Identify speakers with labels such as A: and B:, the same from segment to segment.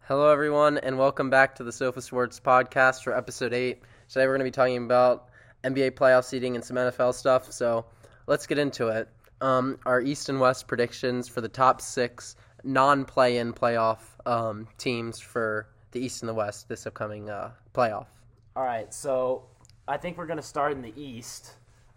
A: Hello, everyone, and welcome back to the Sofa Sports podcast for episode 8. Today, we're going to be talking about NBA playoff seeding and some NFL stuff, so let's get into it. Um, our East and West predictions for the top six non play in playoff um, teams for the East and the West this upcoming uh, playoff.
B: All right, so I think we're going to start in the East,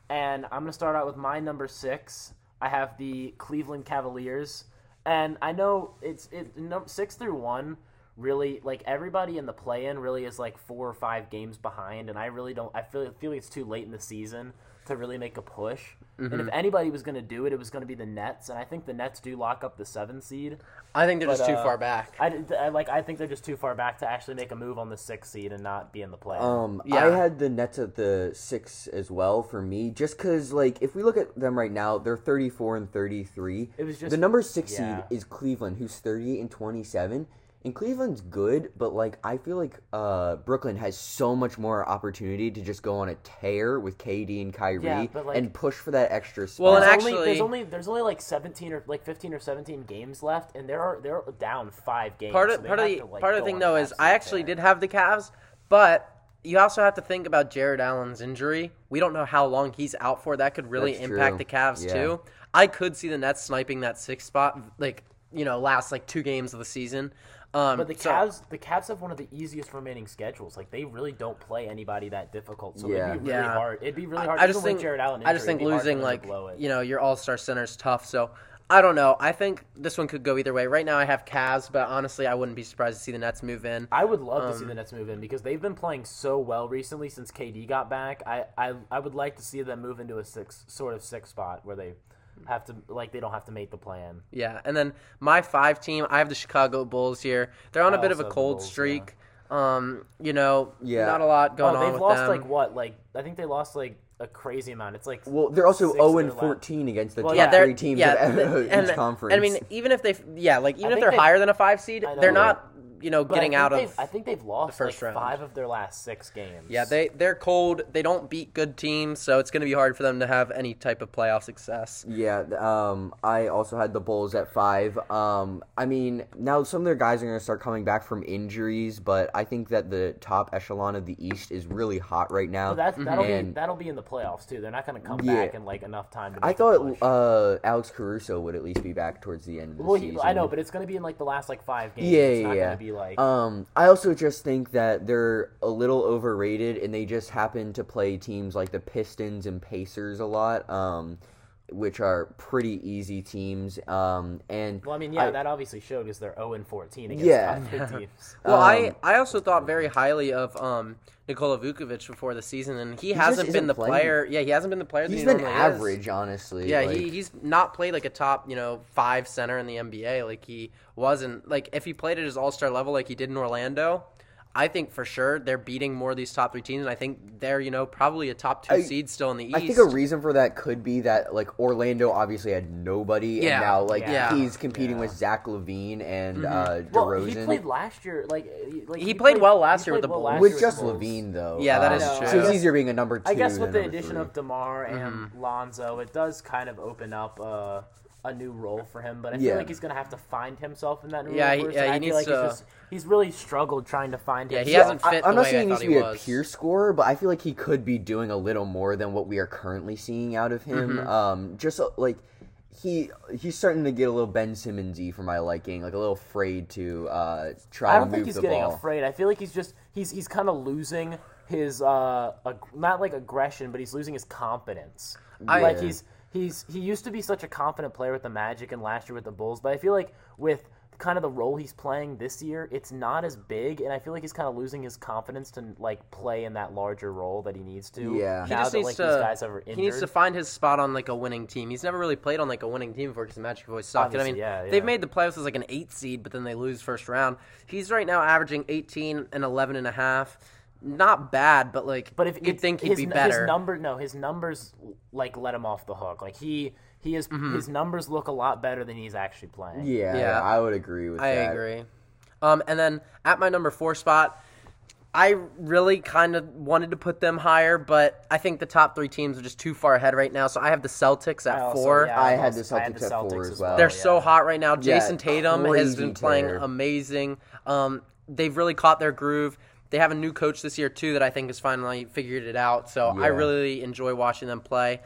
B: and I'm going to start out with my number six. I have the Cleveland Cavaliers, and I know it's it num six through one. Really, like everybody in the play-in really is like four or five games behind, and I really don't. I feel feel it's too late in the season to really make a push. And if anybody was going to do it, it was going to be the Nets, and I think the Nets do lock up the seven seed.
A: I think they're just too
B: uh,
A: far back.
B: I, I like I think they're just too far back to actually make a move on the sixth seed and not be in the play.
C: Um,
A: Yeah.
C: I had the Nets at the six as well for me, just because like if we look at them right now, they're thirty four and thirty three.
B: It was just-
C: the number six
B: yeah.
C: seed is Cleveland, who's thirty and twenty seven. And Cleveland's good, but like I feel like uh, Brooklyn has so much more opportunity to just go on a tear with KD and Kyrie
B: Yeah, but, like-
C: and push for that extra spot.
A: Well, and
B: there's
A: actually-
B: only, there's only there's only like 17 or like 15 or 17 games left, and there are they're down five games.
A: part of
B: so they
A: part of
B: have
A: the
B: to, like,
A: part of the
B: go
A: thing
B: on
A: though
B: an
A: is I
B: absolute
A: actually
B: tear.
A: did have the Cavs, but you also have to think about Jared Allen's injury. We don't know how long he's out for. That could really
C: That's
A: impact
C: true.
A: the Cavs
C: Yeah.
A: too. I could see the Nets sniping that sixth spot, like you know, last like two games of the season. Um,
B: But the
A: so-
B: Cavs, the Cavs have one of the easiest remaining schedules. Like they really don't play anybody that difficult, so
C: Yeah.
B: it'd be really
A: Yeah.
B: hard. It'd be really hard.
A: I
B: even
A: just
B: with
A: think
B: Jared Allen.
A: I just
B: injury,
A: think
B: it'd be hard for
A: losing
B: them to
A: like
B: blow it.
A: you know your All Star center is tough. So I don't know. I think this one could go either way. Right now I have Cavs, but honestly I wouldn't be surprised to see the Nets move in.
B: I would love
A: Um,
B: to see the Nets move in because they've been playing so well recently since KD got back. I, I, I would like to see them move into a six sort of six spot where they have to like they don't have to make the plan.
A: Yeah, and then my five team, I have the Chicago Bulls here. They're on a
B: I
A: bit of a
B: also have the
A: cold
B: Bulls, yeah.
A: streak. Um, you know,
C: Yeah.
A: not a lot going
B: Oh,
A: on
B: they've
A: with
B: lost
A: them.
B: like what? Like I think they lost like a crazy amount. It's like
C: well, they're also
B: six of
C: zero and
B: their last-
C: fourteen against the
B: Well,
C: top
A: yeah, they're
C: three teams
A: yeah,
C: of
A: th-
C: each
A: and,
C: conference.
A: I mean, even if they, yeah, like even if
B: think
A: they're
B: they-
A: higher than a five seed,
B: I know.
A: they're
B: Yeah.
A: not, you know,
B: but I
A: getting
B: think
A: out
B: they've-
A: of.
B: I think they've lost
A: first
B: like
A: round.
B: five of their last six games.
A: yeah, they they're cold. They don't beat good teams, so it's going to be hard for them to have any type of playoff success.
C: Yeah, th- um, I also had the Bulls at five. Um, I mean, now some of their guys are going to start coming back from injuries, but I think that the top echelon of the East is really hot right now.
B: So that's
A: Mm-hmm.
B: that'll be
C: And
B: that'll be in the playoffs too. They're not going to come
C: Yeah.
B: back in like enough time. To
C: I
B: make a
C: thought
B: push.
C: uh, Alex Caruso would at least be back towards the end of the
B: well,
C: season.
B: he- I know, but it's going to be in like the last like five games.
C: yeah,
B: it's
C: yeah,
B: not
C: yeah.
B: Gonna be like
C: um, I also just think that they're a little overrated, and they just happen to play teams like the Pistons and Pacers a lot, um, which are pretty easy teams. Um, and
B: Well, I mean, yeah,
C: I-
B: that obviously showed because they're 0 and 14 against
C: Yeah.
B: top three teams.
C: Um,
A: Well, I, I also thought very highly of um, Nikola Vukovic before the season, and he, hasn't been
C: isn't
A: the
C: playing.
A: player. Yeah, he hasn't been the player. that
C: He's
A: he
C: been
A: normally is.
C: average, honestly.
A: Yeah,
C: like,
A: he, he's not played like a top, you know, five center in the NBA. Like he wasn't like if he played at his all star level like he did in Orlando, I think for sure they're beating more of these top three teams and I think they're, you know, probably a top two
C: I-
A: seed still in the East.
C: I think a reason for that could be that like Orlando obviously had nobody,
A: Yeah,
C: and now like
A: yeah. Mm-hmm.
C: he's competing with Zach Levine and uh,
B: Well,
C: DeRozan.
B: he played last year. Like, he- like
A: He played well last
B: he
A: year with
B: played
A: the
B: well last
A: Bulls.
B: year
C: with
B: with
C: just
B: the Bulls.
C: Levine though.
A: Yeah, that
C: um,
A: is
B: true.
C: So
B: I
C: it's
B: guess-
C: easier being a number two.
B: I guess with
C: than
B: the
C: number
B: addition
C: three.
B: of Demar and
A: Mm-hmm.
B: Lonzo, it does kind of open up uh, a new role for him. But I
C: Yeah.
B: feel like he's going to have to find himself in that new
A: Yeah,
B: role.
A: he-
B: first,
A: yeah,
B: and
A: he
B: I
A: needs
B: feel like
A: to-
B: He's, just, he's really struggled trying to find.
A: Yeah, he
B: himself.
A: hasn't
C: I-
A: fit
C: I'm
A: the
C: not
A: way I
C: saying he
A: thought
C: needs to
A: he
C: be a
A: was.
C: pure scorer, but I feel like he could be doing a little more than what we are currently seeing out of him.
A: Mm-hmm.
C: Um, just uh, like he he's starting to get a little Ben Simmonsy for my liking, like a little afraid to uh, try
B: I
C: to
B: don't
C: move
B: think he's
C: the
B: getting
C: ball.
B: afraid. I feel like he's just he's he's kind of losing his uh ag- not like aggression, but he's losing his confidence.
A: I-
B: like
A: Yeah.
B: he's he's he used to be such a confident player with the Magic and last year with the Bulls, but I feel like with kind of the role he's playing this year, it's not as big, and I feel like he's kind of losing his confidence to like play in that larger role that he needs to.
C: Yeah. He
A: he
B: now
A: just
B: that
A: needs
B: like
A: to
B: these guys are injured.
A: he needs to find his spot on like a winning team. He's never really played on like a winning team before because the Magic have always sucked. And I
B: Obviously,
A: mean,
B: yeah, yeah.
A: they've made the playoffs as like an eight seed, but then they lose first round. He's right now averaging 18 and 11 and a half. Not bad, but like
B: But if
A: you'd
B: it's-
A: think he'd
B: his,
A: be
B: n-
A: better.
B: his number no, his numbers like let him off the hook. Like he he is
A: Mm-hmm.
B: his numbers look a lot better than he's actually playing.
C: Yeah,
A: Yeah.
C: I would agree with
A: I
C: that.
A: agree. Um, and then at my number four spot, I really kind of wanted to put them higher, but I think the top three teams are just too far ahead right now. So I have the Celtics at
B: I also-
A: four.
B: yeah,
C: I had the
B: also- I had
C: Celtics at four as well.
A: They're
C: Oh,
A: so hot right now.
C: Yeah,
A: Jason Tatum has
C: crazy
A: been playing
C: player.
A: amazing. Um, they've really caught their groove. They have a new coach this year too that I think has finally figured it out. So I
C: Yeah.
A: really enjoy watching them play.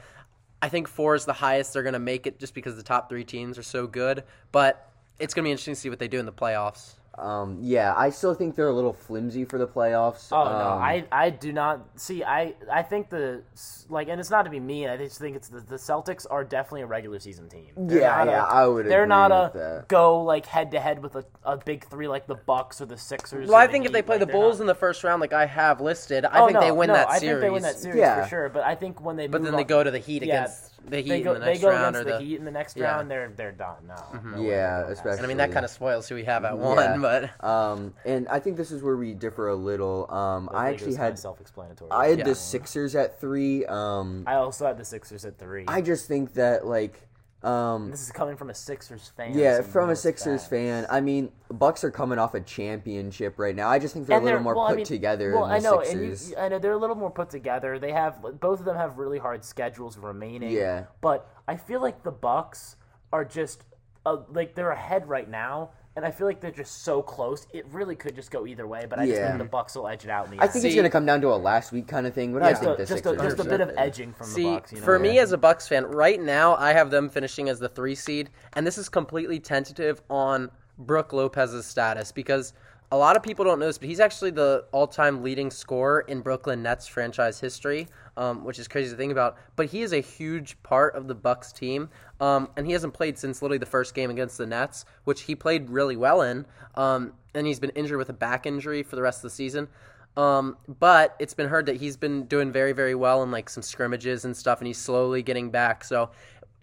A: I think four is the highest they're going to make it just because the top three teams are so good. But it's going to be interesting to see what they do in the playoffs.
C: Um, yeah, I still think they're a little flimsy for the playoffs.
B: Oh no,
C: um,
B: I, I do not see. I I think the like, and it's not to be mean. I just think it's the, the Celtics are definitely a regular season team. They're
C: Yeah,
B: not a-
C: yeah, I would
B: They're
C: agree
B: not a
C: with that.
B: go like head to head with a, a big three like the Bucks or the Sixers.
A: Well,
B: or
A: I
B: the
A: think if they
B: Heat,
A: play
B: like,
A: the
B: they're
A: Bulls
B: not-
A: in the first round, like I have listed, I
B: Oh,
A: think
B: no,
A: they win
B: no,
A: that
B: I
A: series.
B: think they win that series
C: Yeah.
B: for sure. But I think when they
A: but
B: move
A: then they
B: on-
A: go to the Heat
B: yeah,
A: against the Heat
B: they go,
A: in the
B: they
A: next
B: go
A: round, or
B: against
A: the,
B: the, Heat in the next
A: Yeah.
B: round. They're they're done. No, no way.
C: Yeah,
B: No way.
C: especially-
A: and I mean that kind of spoils who we have at one,
C: Yeah.
A: but.
C: Um, and I think this is where we differ a little. Um,
B: think
C: I
B: it
C: actually
B: was kinda
C: had
B: self-explanatory.
C: I had
A: Yeah.
C: the Sixers at three. Um,
B: I also had the Sixers at three.
C: I just think that like, um,
B: this is coming from a Sixers fan. so
C: yeah,
B: you
C: from
B: know
C: a
B: it's
C: Sixers
B: bad.
C: fan. I mean, Bucks are coming off a championship right now. I just think they're a little more
B: well, I
C: put
B: mean-
C: together
B: Well,
C: than the
B: I know,
C: Sixers.
B: and you, I know they're a little more put together. They have both of them have really hard schedules remaining.
C: Yeah.
B: but I feel like the Bucks are just uh, like they're ahead right now, and I feel like they're just so close. It really could just go either way, but I just
C: Yeah.
B: think the Bucks will edge it out in the
C: I
B: end.
C: think it's
A: See-
C: going to come down to a last week kind of thing, but I
B: just,
C: think
B: a,
C: the
B: just, a,
C: Sixers.
B: just a
C: are
B: bit of
C: better.
B: edging from
A: See,
B: the Bucks. You know?
A: for me as a Bucks fan, right now I have them finishing as the three seed, and this is completely tentative on Brooke Lopez's status because a lot of people don't know this, but he's actually the all-time leading scorer in Brooklyn Nets franchise history, um, which is crazy to think about. But he is a huge part of the Bucks team, um, and he hasn't played since literally the first game against the Nets, which he played really well in, um, and he's been injured with a back injury for the rest of the season. Um, but it's been heard that he's been doing very, very well in like some scrimmages and stuff, and he's slowly getting back. So,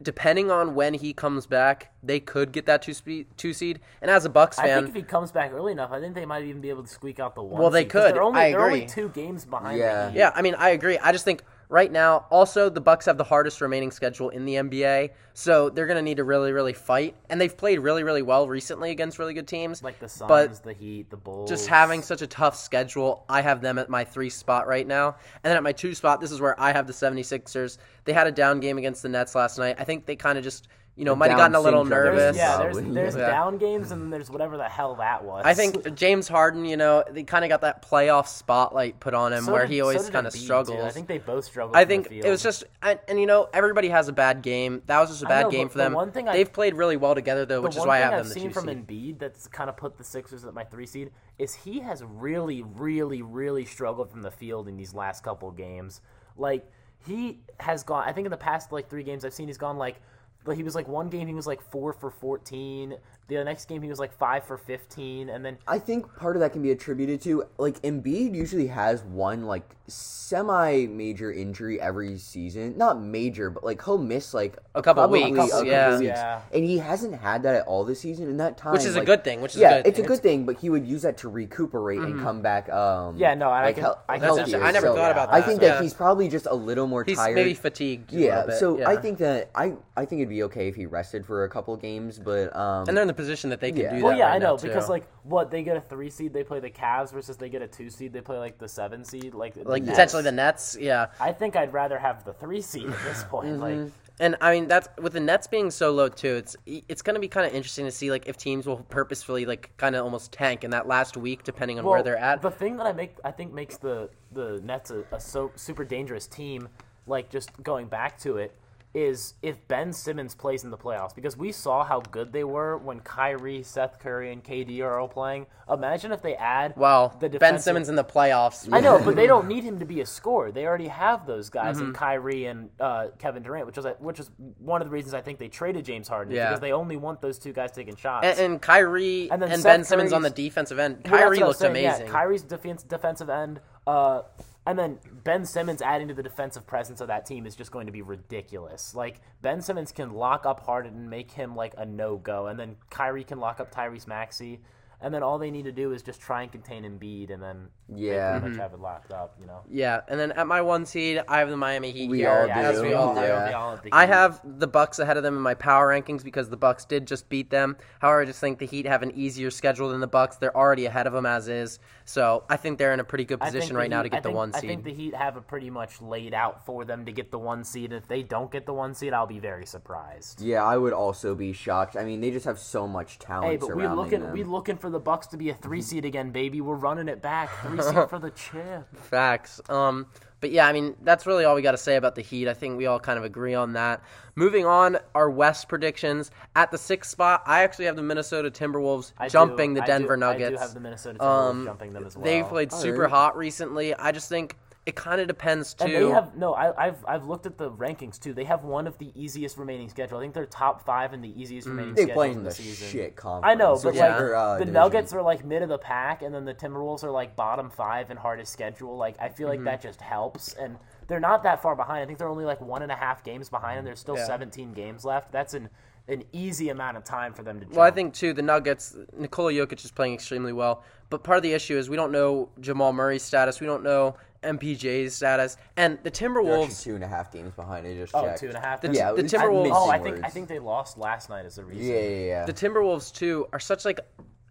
A: depending on when he comes back, they could get that two spe- two seed. And as a Bucks
B: I
A: fan,
B: think if he comes back early enough, I think they might even be able to squeak out the one.
A: Well, they
B: seed, 'cause
A: could.
B: They're only,
A: I
B: they're only
A: agree.
B: two games behind.
C: Yeah.
B: The Heat.
A: yeah, I mean, I agree. I just think right now, also the Bucks have the hardest remaining schedule in the NBA, so they're gonna need to really, really fight. And they've played really, really well recently against really good teams,
B: like the Suns,
A: But
B: the Heat, the Bulls.
A: just having such a tough schedule, I have them at my three spot right now. And then at my two spot, this is where I have the 76ers. They had a down game against the Nets last night. I think they kind of just, you know, might have
C: Down
A: gotten a little
C: syndrome is
A: nervous.
B: Yeah, there's,
C: Probably.
B: there's
A: Yeah.
B: down games and then there's whatever the hell that was.
A: I think James Harden, you know, they kind of got that playoff spotlight put on him
B: So
A: where
B: did-
A: he
B: so
A: always
B: did
A: kind of
B: Embiid, too.
A: struggles.
B: I think they both struggled.
A: I
B: in the
A: think it
B: field.
A: was just, and, and you know, everybody has a bad game. That was just a bad
B: know,
A: game
B: but
A: for
B: the
A: them.
B: one thing I-
A: They've played really well together, though,
B: the
A: which is
B: one
A: why I
B: thing
A: have
B: I've
A: them the
B: seen
A: two
B: from
A: seed.
B: Embiid that's kind of put the Sixers at my three seed is he has really, really, really struggled from the field in these last couple games. Like he has gone. I think in the past like three games I've seen he's gone like. But he was like one game he was like four for fourteen. The next game he was like five for fifteen, and then
C: I think part of that can be attributed to like Embiid usually has one like semi major injury every season. Not major, but like he'll miss like
A: A couple
C: probably
A: weeks,
C: a couple
A: yeah.
C: weeks.
B: Yeah.
C: And he hasn't had that at all this season in that time.
A: Which is a
C: like-
A: good thing, which is a
C: yeah,
A: good
C: it's
A: thing. Mm-hmm.
C: a good thing, but he would use that to recuperate and come back um
B: Yeah, no, I
C: like,
B: can-
C: hel-
B: I can
A: That's
C: healthier.
A: interesting. I never
C: So,
A: thought about
C: I
A: that.
C: think
A: Yeah.
C: that he's probably just a little more
A: He's
C: tired.
A: maybe fatigued. a little
C: yeah,
A: bit,
C: so I
A: yeah.
C: think that I I think it'd be okay if he rested for a couple games, but um
A: And they're in the position that they can
C: Yeah.
A: do
B: Well,
A: that.
B: yeah,
A: right
B: I
A: now,
B: know because
A: too.
B: like what they get a three seed, they play the Cavs versus they get a two seed, they play like the seven seed, like the
A: like
B: Nets.
A: potentially the Nets. Yeah,
B: I think I'd rather have the three seed at this point.
A: Mm-hmm.
B: Like,
A: and I mean that's with the Nets being so low too. It's it's going to be kind of interesting to see like if teams will purposefully like kind of almost tank in that last week, depending on where
B: well,
A: they're at.
B: The thing that I make, I think makes the the Nets a, a so super dangerous team. Like just going back to it is if Ben Simmons plays in the playoffs because we saw how good they were when Kyrie, Seth Curry, and KD are all playing. Imagine if they add
A: wow,
B: the
A: Ben
B: defensive-
A: Simmons in the playoffs.
B: I know, but they don't need him to be a scorer. They already have those guys
A: Mm-hmm.
B: in Kyrie and uh, Kevin Durant, which was which is one of the reasons I think they traded James Harden is
A: Yeah.
B: because they only want those two guys taking shots.
A: And, and Kyrie and,
B: And then Seth
A: Ben Simmons
B: Curry's-
A: on the defensive end.
B: Well, that's
A: Kyrie
B: what I was
A: looked
B: saying, yeah,
A: amazing.
B: Kyrie's defense, defensive end, uh, and then Ben Simmons adding to the defensive presence of that team is just going to be ridiculous. Like Ben Simmons can lock up Harden and make him like a no go, and then Kyrie can lock up Tyrese Maxey. and then all they need to do is just try and contain Embiid, and then
C: Yeah.
B: they
A: Mm-hmm.
B: pretty much have it locked up. You know,
A: Yeah, and then at my one seed, I have the Miami Heat
C: We
A: here,
C: all do.
A: as we all do.
C: Yeah.
B: They all have the
A: I
B: Heat.
A: have the Bucks ahead of them in my power rankings because the Bucks did just beat them. However, I just think the Heat have an easier schedule than the Bucks. They're already ahead of them as is, so I think they're in a pretty good
B: I think
A: position
B: the
A: right now to
B: Heat-
A: get
B: I
A: the
B: think-
A: one
B: I
A: seed.
B: think the Heat have it pretty much laid out for them to get the one seed. And if they don't get the one seed, I'll be very surprised.
C: Yeah, I would also be shocked. I mean, they just have so much talent
B: Hey, but we
C: surrounding
B: looking
C: them.
B: we looking for the Bucks to be a three seed again, baby. We're running it back, three seed for the chip.
A: Facts. Um, but yeah, I mean that's really all we got to say about the Heat. I think we all kind of agree on that. Moving on, our West predictions at the sixth spot. I actually have the Minnesota Timberwolves
B: I do-
A: jumping
B: I
A: the
B: do-
A: Denver Nuggets.
B: I do have the Minnesota Timberwolves
C: Um,
B: jumping them as well.
A: They've played super
C: right.
A: hot recently. I just think it kind of depends too.
B: And they have no. I, I've I've looked at the rankings too. They have one of the easiest remaining schedule. I think they're top five in the easiest remaining.
C: Mm. they
B: schedules
C: play in
B: in
C: the
B: season.
C: shit conference.
B: I know, but
C: which
B: like
C: is, uh,
B: the
C: division.
B: Nuggets are like mid of the pack, and then the Timberwolves are like bottom five and hardest schedule. Like I feel like
A: Mm-hmm.
B: that just helps, and they're not that far behind. I think they're only like one and a half games behind, and there's still
A: Yeah.
B: 17 games left. That's an an easy amount of time for them to. Jump.
A: Well, I think too the Nuggets. Nikola Jokic is playing extremely well, but part of the issue is we don't know Jamal Murray's status. We don't know MPJ's status, and the
C: They're actually
A: Timberwolves.
C: two and a half games behind. I just
B: Oh,
C: checked.
B: two and a half.
C: yeah,
A: the
C: it was- I'm
A: Timberwolves-
C: mixing
B: Oh, I think I
C: words.
B: think they lost last night as a reason.
C: Yeah, yeah, yeah.
A: The Timberwolves too are such like,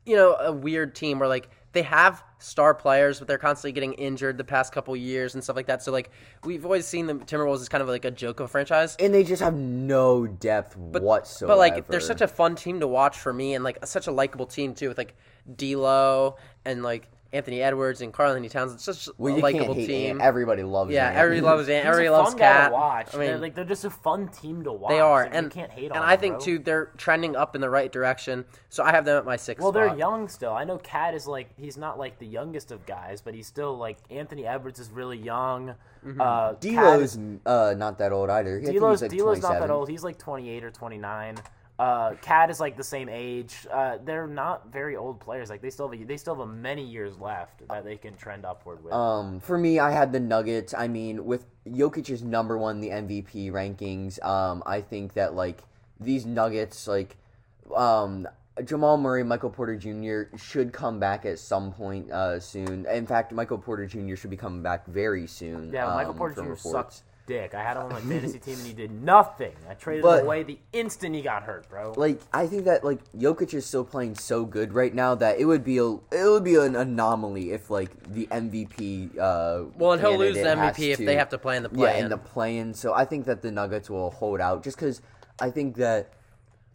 A: you know, a weird team where like they have star players, but they're constantly getting injured the past couple years and stuff like that. So like we've always seen the Timberwolves as kind of like a joke of franchise.
C: and they just have no depth whatsoever.
A: But like, they're such a fun team to watch for me, and like such a likable team too, with like D'Lo and like Anthony Edwards and Carl Anthony Towns. It's such
C: well,
A: a
C: you
A: likable
C: can't hate
A: team.
C: Ant. Everybody loves.
A: yeah,
C: Ant.
A: everybody loves Ant.
B: He's
A: Everybody
B: a
A: loves
B: fun guy
A: Cat.
B: to watch.
A: I
B: they're,
A: mean,
B: like they're just a fun team to watch.
A: they are,
B: and,
A: and
B: you can't hate on
A: and
B: them.
A: I think
B: bro.
A: too they're trending up in the right direction. So I have them at my sixth.
B: Well, they're
A: spot.
B: young still. I know Cat is like he's not like the youngest of guys, but he's still like Anthony Edwards is really young. Uh, Cat is-
C: D'Lo's uh, not that old either. I think he's,
B: D'Lo's
C: like
B: D'Lo's not that
C: 27.
B: old. He's like 28 or 29. Uh, Cat is like the same age. Uh, they're not very old players. Like they still have a, they still have a many years left that they can trend upward with.
C: Um, for me, I had the Nuggets. I mean, with Jokic's number one, in the MVP rankings. Um, I think that like these Nuggets, like, um, Jamal Murray, Michael Porter Jr. should come back at some point uh, soon. In fact, Michael Porter Jr. should be coming back very soon.
B: yeah, Michael
C: um,
B: Porter
C: from
B: Jr.
C: reports.
B: sucked dick. I had him on my fantasy team and he did nothing. I traded
C: But-
B: him away the instant he got hurt, bro.
C: Like I think that like Jokic is still playing so good right now that it would be a it would be an anomaly if like the MVP. Uh,
A: Well, and he'll lose the
C: candidate has
A: MVP if they have to play in the play.
C: Yeah, in the play-in. So I think that the Nuggets will hold out just because I think that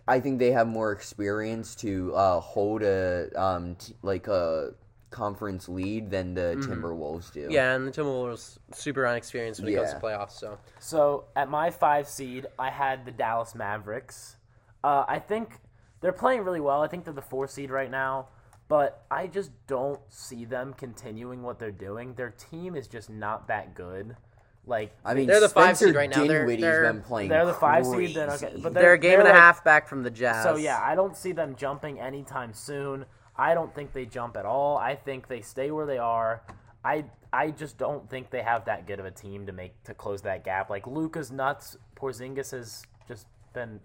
C: I think they have more experience to uh, hold a um, t- like a conference lead than the Timberwolves do.
A: Mm-hmm. yeah, and the Timberwolves super unexperienced when it comes to
C: Yeah.
A: playoffs. So
B: So at my five seed, I had the Dallas Mavericks. Uh, I think they're playing really well. I think they're the four seed right now, but I just don't see them continuing what they're doing. Their team is just not that good. Like
C: I mean
A: They're the five
C: Spencer
A: seed right now. They're-
C: Dinwiddie's
A: they're-
C: been playing.
B: they're the five seed, then
C: crazy.
B: okay, but
A: they're,
B: they're,
A: a game
B: they're
A: and a
B: like-
A: half back from the Jazz.
B: So yeah, I don't see them jumping anytime soon. I don't think they jump at all. I think they stay where they are. I I just don't think they have that good of a team to make to close that gap. Like Luca's nuts. Porzingis has just been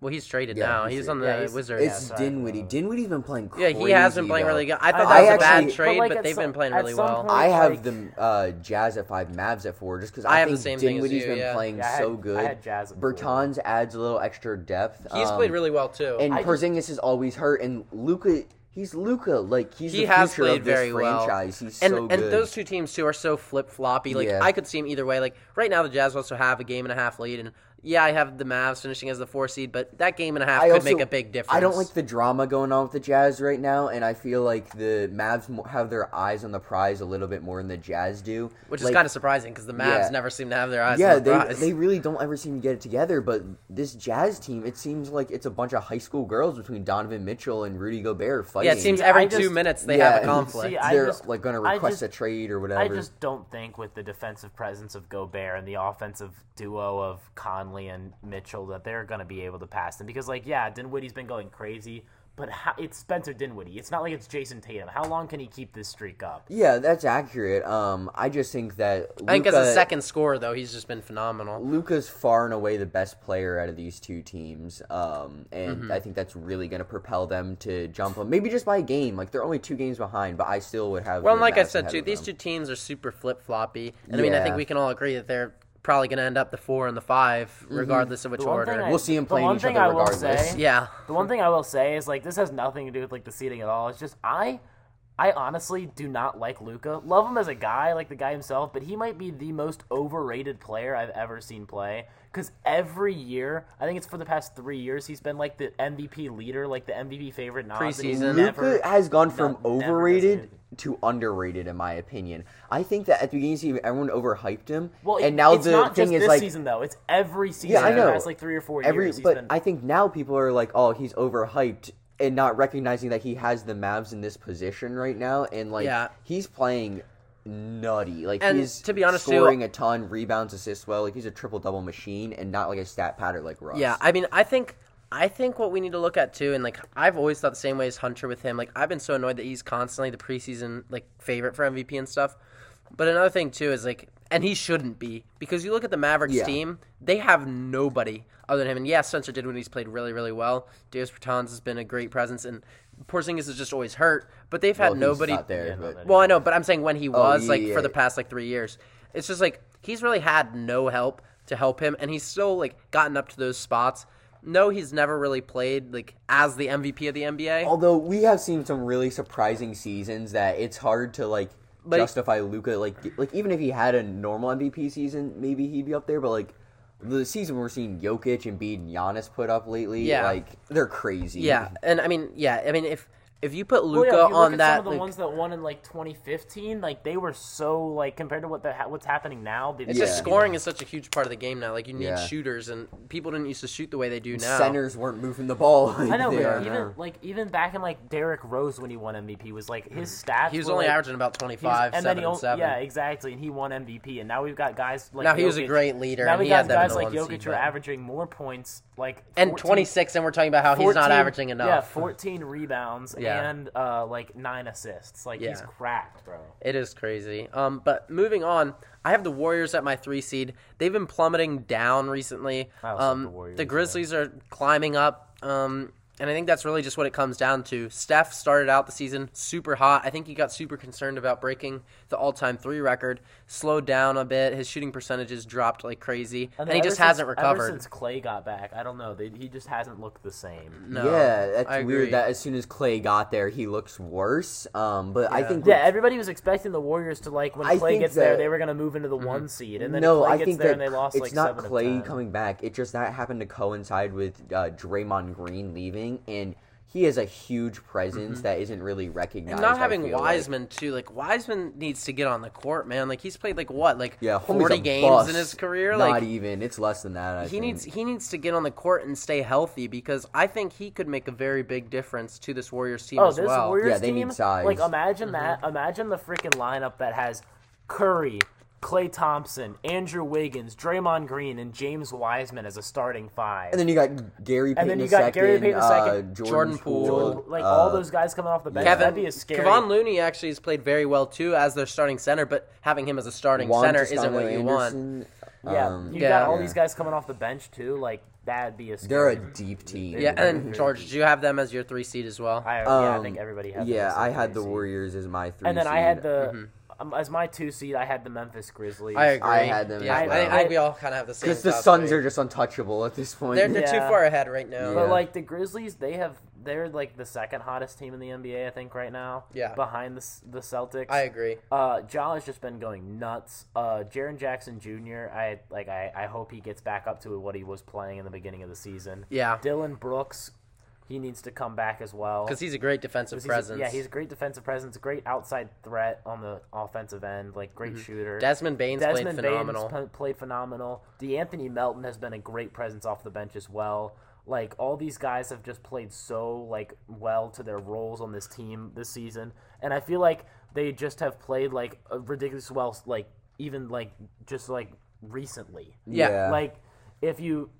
A: Well, he's traded
C: Yeah,
A: now.
C: he's
A: He's, on the
B: yeah, he's-
A: Wizards.
C: It's
B: sorry,
C: Dinwiddie. Dinwiddie's been playing.
A: Yeah,
C: Crazy,
A: he has been playing
C: though.
A: really good. I
B: I-
A: thought
C: I
A: that was a bad
C: actually-
A: trade,
B: but,
A: but,
B: like, at
A: they've
B: some-
A: been playing
B: at
A: really
B: some
A: well.
B: point-
C: I have
B: like-
C: the uh, Jazz at five, Mavs at four, just because
A: I
C: I,
A: have the
C: think
A: same thing as
C: Dinwiddie's
A: you,
C: been
A: yeah.
C: playing
B: Yeah, I had-
C: so good.
B: I had Jazz at four.
C: Bertans adds a little extra depth.
A: he's
C: um,
A: played really well too.
C: and
B: I just-
C: Porzingis is always hurt, and Luca, he's Luca. Like he's
A: he
C: the
A: has
C: future
A: played
C: of this
A: very
C: franchise.
A: well.
C: He's
A: and
C: so
A: and
C: good.
A: those two teams too are so flip floppy. Like
C: Yeah.
A: I could see them either way. Like right now, the Jazz also have a game and a half lead, and yeah, I have the Mavs finishing as the four seed, but that game and a half
C: I
A: could
C: also-
A: make a big difference.
C: I don't like the drama going on with the Jazz right now, and I feel like the Mavs mo- have their eyes on the prize a little bit more than the Jazz do,
A: which is
C: Like,
A: kind of surprising because the Mavs
C: Yeah.
A: never seem to have their eyes.
C: Yeah,
A: on the
C: they,
A: prize.
C: they really don't ever seem to get it together. But this jazz team, it seems like it's a bunch of high school girls between Donovan Mitchell and Rudy Gobert fighting.
A: yeah. It seems
B: See,
A: every
B: I just-
A: two minutes they
C: Yeah,
A: have a
C: and-
A: conflict.
B: See, I
C: they're
B: just-
C: like going to
B: I
C: request
B: just-
C: a trade or whatever.
B: I just don't think with the defensive presence of Gobert and the offensive duo of Conley and Mitchell that they're going to be able to pass them because like yeah, Dinwiddie's been going crazy, But how, it's Spencer Dinwiddie. It's not like it's Jason Tatum. How long can he keep this streak up?
C: Yeah, that's accurate. Um, I just think that
A: I
C: Luca,
A: think as a second scorer, though, he's just been phenomenal.
C: Luca's far and away the best player out of these two teams, um, and
A: Mm-hmm.
C: I think that's really going to propel them to jump them. Maybe just by a game. Like they're only two games behind, but I still would have.
A: Well, and
C: the
A: like I
C: Mavs
A: said,
C: ahead
A: too,
C: of
A: these
C: them.
A: two teams are super flip floppy, and I mean, I think
C: Yeah.
A: we can all agree that they're probably going to end up the four and the five,
C: Mm-hmm.
A: regardless of which
B: The one thing
A: order.
B: I-
C: We'll see 'em
B: the
C: playing
B: one
C: each
B: thing
C: other
B: I will
C: regardless.
B: say-
A: yeah,
B: The one thing I will say is like this has nothing to do with like the seating at all. It's just I I honestly do not like Luca. Love him as a guy, like the guy himself, but he might be the most overrated player I've ever seen play. Because every year, I think it's for the past three years, he's been like the MVP leader, like the MVP favorite. Nas, and he
A: Preseason.
B: never-
C: Luca has gone from
B: never does
C: overrated
B: anything.
C: to underrated, in my opinion. I think that at the beginning of the season, everyone overhyped him,
B: Well, it-
C: and now
B: it's
C: the
B: not
C: thing
B: just
C: is
B: this
C: like
B: season though. It's every season.
C: Yeah, I
B: The
C: know.
B: past, like three or four
C: every,
B: years. he's
C: but
B: been-
C: I think now people are like, "Oh, he's overhyped," and not recognizing that he has the Mavs in this position right now, and like
A: Yeah.
C: he's playing nutty. Like
A: And
C: he's
A: to be honest, too-
C: scoring a ton, rebounds, assists well. Like he's a triple double machine, and not like a stat pattern like Russ.
A: Yeah, I mean, I think I think what we need to look at too, and like I've always thought the same way as Hunter with him. Like I've been so annoyed that he's constantly the preseason like favorite for MVP and stuff. But another thing too is like, and he shouldn't be because you look at the Mavericks
C: Yeah.
A: team, they have nobody other than him. And yeah, Spencer did when he's played really, really well. Davis Bertans has been a great presence, and Porzingis is just always hurt. But they've had
C: Well, he's
A: nobody
C: not there,
B: Yeah, no,
C: but-
B: that-
A: well, I know, but I'm saying when he was
C: yeah,
A: like
C: Oh, yeah,
A: for the
C: yeah.
A: past like three years, it's just like he's really had no help to help him, and he's still like gotten up to those spots. No, he's never really played like as the MVP of the NBA.
C: Although we have seen some really surprising seasons that it's hard to like justify Luca. Like like even if he had a normal MVP season, maybe he'd be up there. But like the season we're seeing Jokic and Bede and Giannis put up lately,
A: Yeah.
C: like they're crazy.
A: yeah, and I mean, yeah, I mean if if you put
B: Well,
A: Luca
B: yeah, if you look
A: on
B: at
A: that,
B: Some of the
A: like,
B: ones that won in like 2015, like they were so like compared to what the, ha- what's happening now. They,
A: it's just
C: Yeah.
A: scoring is such a huge part of the game now. Like you need
C: Yeah.
A: shooters, and people didn't used to shoot the way they do now.
C: Centers weren't moving the ball. Like
B: I know,
C: they are
B: but even
C: now.
B: like even back in like Derrick Rose when he won MVP was like his stats.
A: Mm-hmm. He was
B: were,
A: only
B: like,
A: averaging about twenty
B: he was-
A: five, seven,
B: he
A: and
B: only-
A: seven.
B: Yeah, exactly. And he won MVP, and now we've got guys like
A: Now he was a
B: Jokic-
A: great leader,
B: Now
A: and
B: we
A: he
B: got
A: had them in
B: guys
A: the
B: like
A: one seed,
B: Jokic who are
A: but-
B: averaging more points, like
A: and
B: 14
A: twenty six, and we're talking about how he's not
B: 14
A: averaging enough.
B: Yeah, 14 rebounds
A: Yeah.
B: and uh, like nine assists. Like he's
A: Yeah.
B: cracked, bro.
A: It is crazy. Um, but moving on, I have the Warriors at my three seed. They've been plummeting down recently.
B: I also have
A: um,
B: the Warriors,
A: the Grizzlies are climbing up. Um, and I think that's really just what it comes down to. Steph started out the season super hot. I think he got super concerned about breaking the all-time three record. Slowed down a bit. His shooting percentages dropped like crazy, and,
B: then
A: he
B: ever
A: just
B: since-
A: hasn't
B: Ever
A: recovered.
B: since Clay got back, I don't know. They, he just hasn't looked the same.
A: no,
C: yeah, that's
A: I agree.
C: weird. That as soon as Clay got there, he looks worse. Um, but I think
B: Yeah, everybody was expecting the Warriors to like when
C: I
B: Clay
C: think
B: gets there,
C: that- Mm-hmm.
B: they were gonna move into the one seed, and then
C: no,
B: Clay
C: I
B: gets
C: think
B: there
C: that
B: and they lost
C: it's
B: like
C: not
B: seven to
C: Clay
B: 10.
C: coming back. It just that happened to coincide with uh, Draymond Green leaving, and he has a huge
B: Mm-hmm.
C: presence that isn't really recognized.
A: not
C: I
A: having
C: feel like.
A: Wiseman too. Like Wiseman needs to get on the court, man. Like he's played like what, like
C: yeah, homie's
A: forty
C: a
A: games
C: bust.
A: in his career.
C: Not
A: Like
C: even. It's less than that. I
A: he
C: think.
A: needs he needs to get on the court and stay healthy because I think he could make a very big difference to this Warriors team
B: Oh,
A: as
B: this
A: well.
B: Warriors
C: Yeah, they need
B: team,
C: size. Mm-hmm.
B: Like imagine that. Imagine the freaking lineup that has Curry, Clay Thompson, Andrew Wiggins, Draymond Green, and James Wiseman as a starting five.
C: And then you got Gary Payton
B: And then you
C: a
B: got Gary
C: second,
B: Payton a
C: uh,
B: second,
C: Jordan,
A: Jordan Poole,
C: Poole,
B: like
C: uh,
B: all those guys coming off the bench,
A: Kevin
B: that'd be a scary.
A: Kevon Looney actually has played very well too as their starting center, but having him as a starting
C: uh, Juan
A: center isn't
C: Toscano
A: what you want.
C: Anderson.
B: yeah,
C: Um,
B: you
A: yeah.
B: got all
A: Yeah.
B: these guys coming off the bench too. Like that'd be a
C: they're
B: scary.
C: a deep team.
A: Yeah, and George, do you have them as your three seed as well?
B: I, yeah, I
C: Um,
B: think everybody had.
C: Yeah,
B: those as
C: I
B: a
C: had the
B: three seed.
C: Warriors as my three.
B: And then I
C: seed.
B: had the um, as my two seed. I had the Memphis Grizzlies.
A: Mm-hmm. I agree.
C: I had them as
A: Yeah, I,
C: well.
A: think- I think we all kind of have the same.
C: Because the
A: top
C: Suns
A: three.
C: are just untouchable at this point.
A: they're, they're
B: Yeah.
A: too far ahead right now.
B: But
C: Yeah.
B: like the Grizzlies, they have they're like the second hottest team in the NBA, I think, right now.
A: Yeah.
B: behind the S- the Celtics.
A: I agree.
B: Uh, Ja has just been going nuts. Uh, Jaron Jackson Jr. I like. I, I hope he gets back up to what he was playing in the beginning of the season.
A: Yeah.
B: Dylan Brooks, he needs to come back as well.
A: Because he's a great defensive
B: 'Cause he's a-
A: presence.
B: yeah, he's a great defensive presence, great outside threat on the offensive end, like great shooter.
A: Mm-hmm. Desmond Bain's
B: Desmond
A: played
B: Baines
A: phenomenal.
B: pl- played phenomenal. DeAnthony Melton has been a great presence off the bench as well. Like all these guys have just played so like well to their roles on this team this season, and I feel like they just have played like a ridiculous well, like even like just like recently.
A: Yeah.
B: Like if you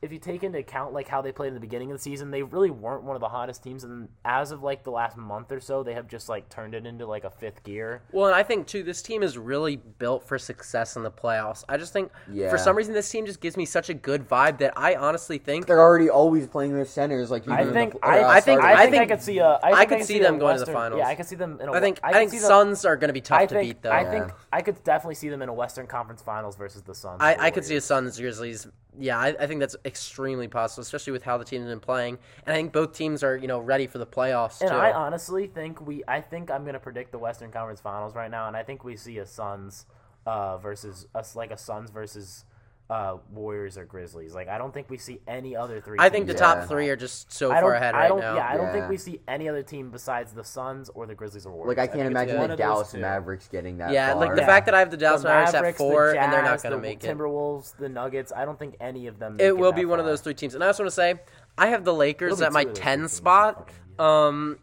B: if you take into account like how they played in the beginning of the season, they really weren't one of the hottest teams. And as of like the last month or so, they have just like turned it into like a fifth gear.
A: Well, and I think too, this team is really built for success in the playoffs. I just think
C: Yeah.
A: for some reason this team just gives me such a good vibe that I honestly think
C: They're already always playing their centers. Like you
B: I
C: do in
B: think
C: the,
B: I,
C: uh,
B: I think
C: sorry.
B: I think I
A: think-
B: could see a I, think
A: I could see them
B: a
A: going to the
B: Western-
A: finals.
B: Yeah, I could see them in a
A: I think
B: I,
A: I,
B: could
A: think
B: see them-
A: Suns are going to be tough
B: I
A: to
B: think
A: beat though.
B: I
A: I,
B: think I could definitely see them in a Western Conference Finals versus the Suns.
A: I, could see a Suns Grizzlies. Yeah, I, I think that's extremely possible, especially with how the team's been playing. And I think both teams are you know ready for the playoffs
B: And
A: too.
B: I honestly think we I think I'm gonna predict the Western Conference Finals right now, and I think we see a Suns uh, versus us like a Suns versus uh, Warriors or Grizzlies. Like I don't think we see any other three.
A: I think the
B: teams.
C: Yeah.
A: top three are just so
B: I don't.
A: far ahead
B: I
A: right
B: don't.
A: now.
B: Yeah, I don't think
C: Yeah.
B: we see any other team besides the Suns or the Grizzlies or Warriors.
C: like I can't
B: think it's
C: imagine
B: one
C: the
B: of those
C: Dallas
B: two.
C: Mavericks getting that.
A: Yeah,
C: far.
A: like the fact that I have the Dallas
B: the
A: Mavericks at
B: Mavericks, the
A: four, and they're not
B: Jazz,
A: going to
B: the
A: make it.
B: Timberwolves, the Nuggets. I don't think any of them. make
A: It will
B: that
A: be one of
B: far.
A: those three teams. And I just want to say, I have the Lakers
B: uh, be
A: at my
B: two of those three
A: ten
B: teams,
A: spot, um,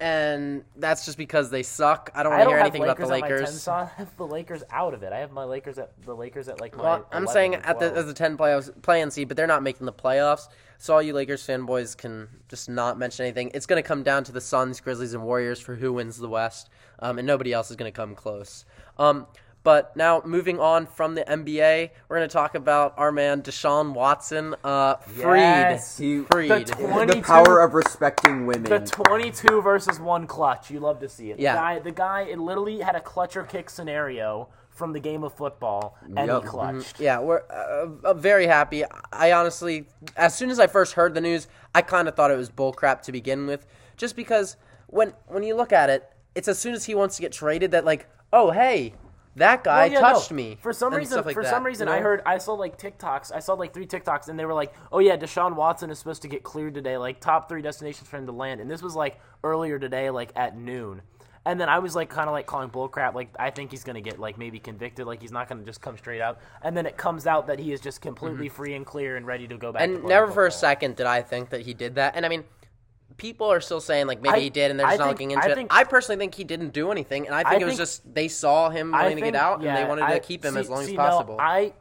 A: and that's just because they suck. I don't
B: I
A: want to
B: don't
A: hear
B: have
A: anything about the
B: Lakers at my 10
A: Lakers.
B: spot. I have the Lakers out of it. I have my Lakers at the Lakers at like my.
A: Well, I'm
B: 11
A: saying
B: and
A: at the
B: 12.
A: as the ten playoffs play-in seed, but they're not making the playoffs. So all you Lakers fanboys can just not mention anything. It's going to come down to the Suns, Grizzlies, and Warriors for who wins the West, um, and nobody else is going to come close. Um, but now moving on from the NBA, we're going to talk about our man Deshaun Watson, uh, freed,
B: Yes.
C: He-
A: freed.
B: The
C: the
B: 22
C: power of respecting women.
B: The 22 versus 1 clutch. You love to see it. The
A: Yeah.
B: Guy, the guy it literally had a clutch or kick scenario from the game of football, and
C: Yup.
B: he clutched.
A: Yeah, we're uh, uh, very happy. I honestly, as soon as I first heard the news, I kind of thought it was bullcrap to begin with, just because when when you look at it, it's as soon as he wants to get traded that like, oh hey, that guy
B: Well, Oh, yeah, no.
A: touched me.
B: For some
A: and
B: reason,
A: stuff like
B: for
A: that,
B: some
A: you
B: reason,
A: know?
B: I heard I saw like TikToks. I saw like three TikToks, and they were like, "Oh yeah, Deshaun Watson is supposed to get cleared today. Like top three destinations for him to land." And this was like earlier today, like at noon. And then I was like, kind of like calling bullcrap. Like I think he's gonna get like maybe convicted. Like he's not gonna just come straight out. And then it comes out that he is just completely free and clear and ready to go back. to
A: Mm-hmm. and
B: playing
A: never for a
B: football.
A: second did I think that he did that. And I mean, people are still saying like maybe
B: I-
A: he did, and they're
B: I
A: just not
B: think-
A: looking into
B: I
A: it.
B: think-
A: I personally think he didn't do anything, and I think it was
B: think-
A: just they saw him
B: I
A: wanting to
B: think-
A: get out, and
B: yeah,
A: they wanted
B: I-
A: to keep him
B: see-
A: as long
B: see,
A: as
B: no,
A: possible.
B: I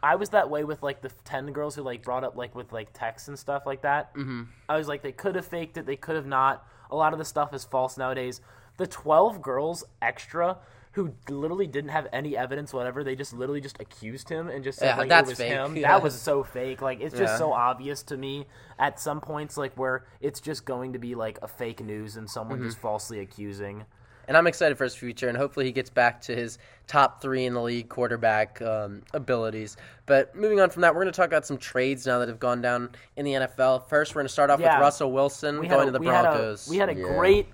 B: I was that way with like the ten girls who like brought up like with like texts and stuff like that. Mm-hmm. I was like, they could have faked it, they could have not. A lot of the stuff is false nowadays. The twelve girls extra who literally didn't have any evidence whatever they just literally just accused him and just said
A: Yeah,
B: like
A: that's
B: it was
A: fake.
B: him
A: Yeah.
B: that was so fake like it's just
A: Yeah.
B: so obvious to me at some points like where it's just going to be like a fake news and someone
A: Mm-hmm.
B: just falsely accusing
A: and I'm excited for his future, and hopefully he gets back to his top three in the league quarterback um, abilities. But moving on from that, we're going to talk about some trades now that have gone down in the NFL. First, we're going to start off
B: Yeah.
A: with Russell Wilson
B: we
A: going
B: had a-
A: to the
B: we
A: Broncos.
B: Had a, we had a
C: Yeah.
B: great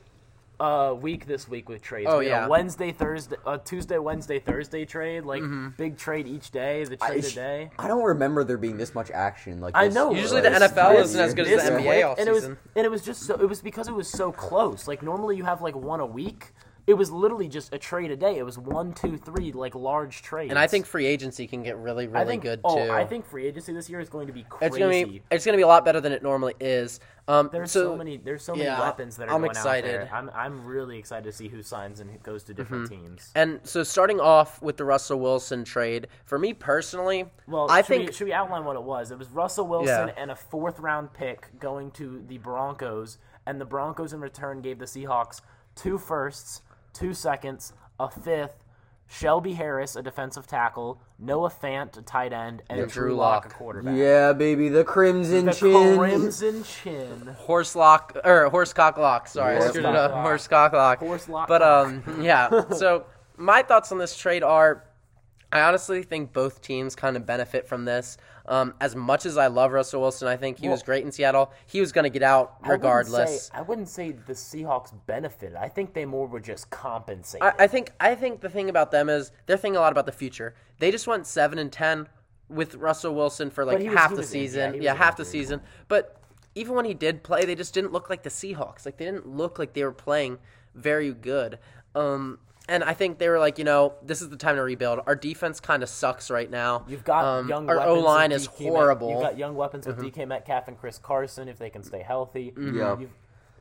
B: uh, week this week with trades.
A: Oh,
B: we had a
A: yeah.
B: Wednesday, Thursday, uh, Tuesday, Wednesday, Thursday trade. Like
A: Mm-hmm.
B: big trade each day. The trade
C: I,
B: a day.
C: I don't remember there being this much action. Like
B: I
C: this
B: know.
A: Usually
C: early
A: the NFL
C: this
A: isn't as good as
C: year.
B: This
A: the NBA
B: quick,
A: all
B: and it was
A: season.
B: and it was just so it was because it was so close. Like normally you have like one a week. It was literally just a trade a day. It was one, two, three, like large trades.
A: and I think free agency can get really, really
B: I think
A: good
B: oh,
A: too.
B: I think free agency this year is going to be crazy.
A: it's going to be it's going to be a lot better than it normally is. Um,
B: There's so,
A: so,
B: many. There's so many
A: yeah,
B: weapons that are
A: I'm
B: going out
A: excited.
B: there. I'm I'm really excited to see who signs and who goes to different
C: Mm-hmm.
B: teams.
A: And so, starting off with the Russell Wilson trade, for me personally,
B: Well,
A: I
B: should
A: think
B: we, should we outline what it was? It was Russell Wilson
A: Yeah.
B: and a fourth round pick going to the Broncos, and the Broncos in return gave the Seahawks two firsts, two seconds, a fifth, Shelby Harris, a defensive tackle, Noah Fant, a tight end, and Drew,
A: Drew
B: Lock,
A: Lock.
B: a quarterback.
C: Yeah, baby, the crimson
B: The
C: chin.
B: crimson chin.
A: horse lock or horse cock lock. Sorry,
C: Horse
A: I screwed
B: cock
A: it up.
B: lock.
A: Horse cock lock.
B: Horse lock
A: But um, yeah. so my thoughts on this trade are, I honestly think both teams kind of benefit from this. Um, as much as I love Russell Wilson, I think he was great in Seattle. He was going to get out regardless.
B: I wouldn't, say, I wouldn't say the Seahawks benefited. I think they more were just compensated.
A: I, I think I think the thing about them is they're thinking a lot about the future. They just went seven and ten with Russell Wilson for like
B: he was-
A: half
B: he
A: the
B: was in- yeah,
A: season.
B: he
A: Yeah,
B: was in
A: half the
B: injury.
A: season. But even when he did play, they just didn't look like the Seahawks. Like they didn't look like they were playing very good. Um, and I think they were like, you know, this is the time to rebuild. Our defense kind of sucks right now.
B: You've got
A: Um,
B: young
A: our
B: weapons.
A: O line
B: with
A: is
B: DK Met-
A: horrible. Mm-hmm.
B: You've got young weapons with DK Metcalf and Chris Carson if they can stay healthy.
C: Yeah.
B: You've-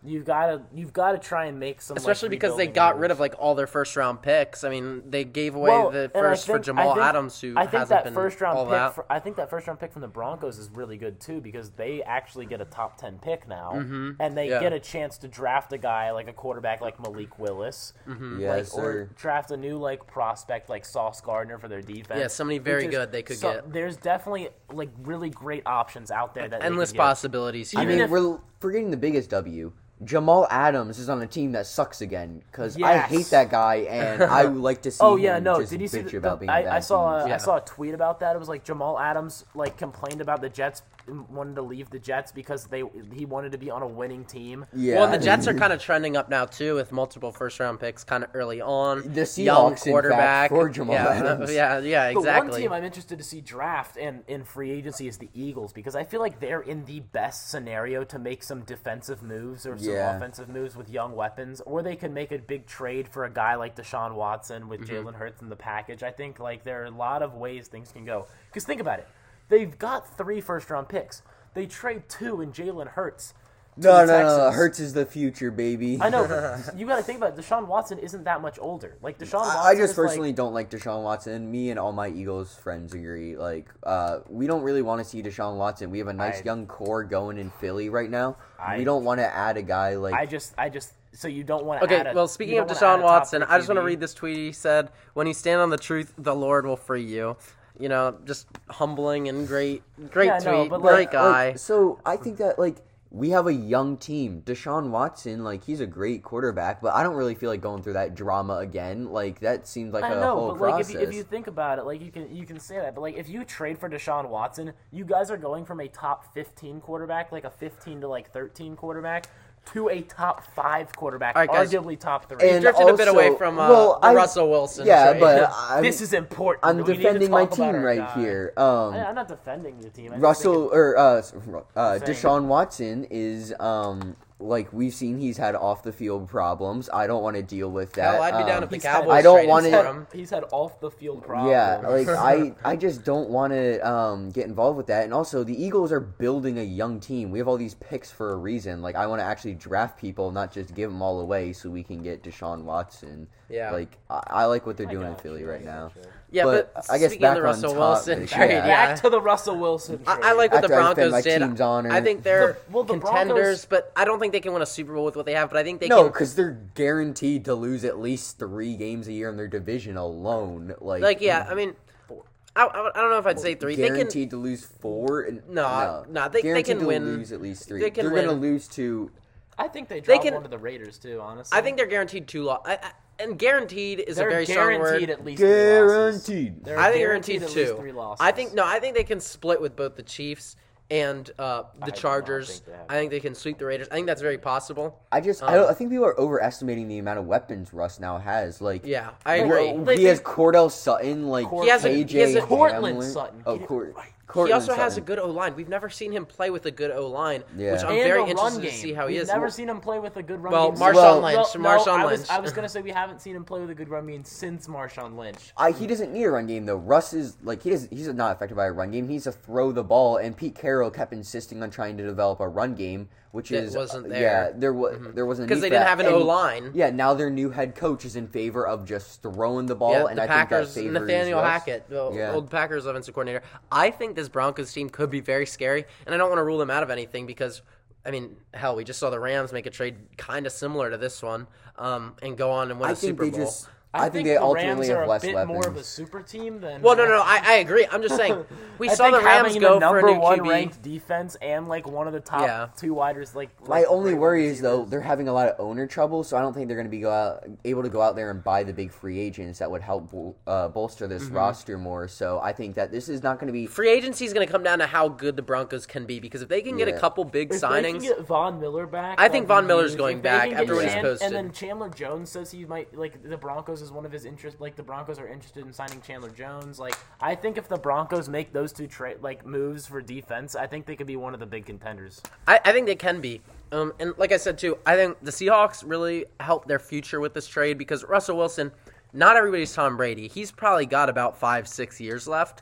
B: You've got to you've got to try and make some, like,
A: Especially because they
B: rebuilding
A: got
B: moves.
A: rid of like all their first round picks. I mean, they gave away
B: Well,
A: the
B: and I
A: first for
B: think- I
A: Jamal
B: think-
A: Adams, who
B: I think
A: hasn't
B: that
A: been
B: first round
A: all
B: pick.
A: that.
B: fr- I think that first round pick from the Broncos is really good too because they actually get a top ten pick now, and they
A: Mm-hmm. Yeah.
B: get a chance to draft a guy like a quarterback like Malik Willis,
A: Mm-hmm.
C: Yes,
B: like, or
C: sir.
B: draft a new like prospect like Sauce Gardner for their defense.
A: Yeah, somebody very
B: Which is-
A: good they could get.
B: There's definitely like really great options out there that they
A: Endless
B: could get.
A: possibilities here.
C: I
B: Even
C: mean,
B: if-
C: we're forgetting the biggest W. Jamal Adams is on a team that sucks again because I
B: Yes.
C: hate that guy and I would like to see.
B: Oh yeah,
C: him
B: no.
C: Just
B: Did you see?
C: bitch
B: the-
C: about
B: the-
C: being on
B: I, I
C: bad
B: saw uh,
C: teams.
B: a, I
A: Yeah.
B: saw a tweet about that. It was like Jamal Adams like complained about the Jets mm, wanted to leave the Jets because they he wanted to be on a winning team.
C: Yeah,
A: Well, and
C: I
A: the Jets
C: mean,
A: are kind of trending up now too, with multiple first-round picks kind of early on.
C: The Seahawks,
A: young
C: in fact,
A: quarterback
C: for Jamal
A: yeah, uh,
C: Adams.
A: yeah, yeah,
B: The one
A: exactly.
B: team I'm interested to see draft and in free agency is the Eagles because I feel like they're in the best scenario to make some defensive moves or some
C: Yeah.
B: offensive moves with young weapons, or they can make a big trade for a guy like Deshaun Watson with
C: Mm-hmm.
B: Jalen Hurts in the package. I think like there are a lot of ways things can go. Because think about it, they've got three first round picks. They trade two in Jalen Hurts. to the
C: no, no, no, no.
B: Texans.
C: Hurts is the future, baby.
B: I know, but you got to think about it. Deshaun Watson isn't that much older. Like Deshaun Watson,
C: I just
B: is, like-
C: personally don't like Deshaun Watson. Me and all my Eagles friends agree. Like, uh, we don't really want to see Deshaun Watson. We have a nice
B: I-
C: young core going in Philly right now.
B: I-
C: we don't want to add a guy like.
B: I just, I just. So you don't want to.
A: Okay,
B: add a,
A: well,
B: you
A: speaking
B: don't
A: of
B: wanna add
A: Deshaun
B: a top
A: Watson,
B: three
A: I just want to
B: QB.
A: read this tweet he said: "When you stand on the truth, the Lord will free you." You know, just humbling and great, great
B: Yeah, I
A: tweet,
B: know, but,
A: great
B: like-
A: guy.
C: Like, so I think that like we have a young team. Deshaun Watson, like he's a great quarterback, but I don't really feel like going through that drama again. Like that seems like a
B: I know,
C: whole
B: but like
C: process.
B: if you, if you think about it, like you can you can say that, but like if you trade for Deshaun Watson, you guys are going from a top fifteen quarterback, like a fifteen to like thirteen quarterback, to a top five quarterback,
A: right, guys.
B: arguably top three.
C: And
A: drifted a bit
C: also-
A: away from, uh, the Russell Wilson
C: Yeah,
A: trade.
C: but I'm,
B: this is important.
C: I'm
B: We need to
C: defending my
B: talk about
C: team
B: our
C: right
B: guy.
C: here.
B: I,
C: Um,
B: I'm not defending the team. I just
C: Russell
B: think
C: or uh, s- Ru- uh,
B: saying-
C: Deshaun Watson is um like we've seen he's had off the field problems. I don't want to deal with that.
A: Hell, I'd be
C: Um,
A: down if the
B: he's had-
A: Cowboys
C: I don't
A: traded
C: want
A: for
C: it-
A: him.
B: it's- he's had off the field problems.
C: Yeah, like I, I just don't want to um, get involved with that. And also, the Eagles are building a young team. We have all these picks for a reason. Like, I want to actually draft people, not just give them all away, so we can get Deshaun Watson.
A: Yeah.
C: like I, I like what they're doing in
B: gotcha,
C: Philly
B: I
C: right now.
A: Yeah, but,
C: I guess
A: speaking of
C: back
A: the
C: on
A: Russell
C: topic,
A: Wilson
C: yeah.
A: trade, yeah.
B: Back to the Russell Wilson. Trade.
A: I, I like what the
C: After I defend
A: Broncos
C: my
A: did.
C: team's honor.
A: I think they're
B: The- well, the
A: contenders,
B: Broncos-
A: but I don't think they can win a Super Bowl with what they have. But I think they
C: No,
A: can
C: because they're guaranteed to lose at least three games a year in their division alone. Like,
A: Like, yeah, I mean, I, I, I don't know if I'd say three. They can,
C: guaranteed to lose four. And,
A: No, no, they- they
C: guaranteed
A: can
C: to
A: win-
C: lose at least three.
A: they can
C: are gonna
A: win.
C: lose to.
B: I think they dropped
A: can-
B: one to the Raiders too. Honestly,
A: I think they're guaranteed two losses. I, I, and guaranteed is
B: they're
A: a very strong
B: guaranteed
A: word.
B: at least Three losses.
C: Guaranteed.
B: They're
A: I think guaranteed,
B: at
A: two.
B: least three losses.
A: I think no. I think they can split with both the Chiefs and uh, the
B: not
A: Chargers.
B: think they have
A: I think they can sweep the Raiders. I think that's very possible.
C: I just
A: Um,
C: I, don't, I think people are overestimating the amount of weapons Russ now has. Like
A: Yeah, I
C: we're-
A: agree.
C: he
A: They- they-
C: has Cordell Sutton, like
B: He has a-
C: KJ
A: he has a-
B: Cortland
C: Hamler.
B: Sutton.
C: Oh,
B: He-
C: Cor-
A: He
C: Cortland
A: also has a
C: Sutton.
A: good O line. We've never seen him play with a good O line,
C: Yeah.
A: which I'm
B: And
A: very
B: a run
A: interested
B: game.
A: to see how he
B: We've
A: is.
B: never seen him play with a good run
A: Well,
B: game.
A: Marshawn
B: Well,
A: Lynch,
B: no,
A: Marshawn
B: I was,
A: Lynch.
B: I was gonna say we haven't seen him play with a good run game since Marshawn Lynch.
C: I, he doesn't need a run game though. Russ is like he does. He's not affected by a run game. He needs to throw the ball, and Pete Carroll kept insisting on trying to develop a run game, which
A: That
C: is uh,
A: wasn't
C: Yeah,
A: there.
C: there was there wasn't
A: 'Cause they didn't have an O-line.
C: Yeah, now their new head coach is in favor of just throwing the ball,
A: Yeah,
C: and
A: the
C: I
A: Packers,
C: think that favors
A: Nathaniel
C: Russ.
A: Hackett, the
C: Yeah.
A: old Packers offensive coordinator. I think this Broncos team could be very scary, and I don't want to rule them out of anything because, I mean, hell, we just saw the Rams make a trade kind of similar to this one, um, and go on and win a
C: I think
A: Super
C: they
A: Bowl.
C: just. I, think, they
B: the Rams
C: ultimately have
B: are
C: less
B: a bit
C: weapons.
B: more of a super team than.
A: well, no, no, no, I, I agree. I'm just saying we
B: I
A: saw the
B: think
A: Rams
B: having
A: go
B: the number
A: for a new
B: one
A: QB.
B: ranked defense and like one of the top
A: Yeah.
B: two widers. Like
C: My
B: like,
C: only
B: great
C: worry is though
B: receivers.
C: they're having a lot of owner trouble, so I don't think they're going to be go out, able to go out there and buy the big free agents that would help bol- uh, bolster this
B: Mm-hmm.
C: roster more. So I think that this is not going to be.
A: Free agency is going to come down to how good the Broncos can be because if they can get
C: Yeah.
A: a couple big
B: If they can
A: signings,
B: get Von Miller back.
A: I think
B: that'd be
A: Von Miller's
B: huge.
A: going
B: If they
A: back
B: can get
A: after
C: what he's
A: posted.
B: And then Chandler Jones says he might like the Broncos is one of his interest. Like the Broncos are interested in signing Chandler Jones. Like I think if the Broncos make those two tra- like moves for defense, I think they could be one of the big contenders.
A: I, I think they can be. Um, and like I said too, I think the Seahawks really helped their future with this trade because Russell Wilson, not everybody's Tom Brady. He's probably got about five, six years left.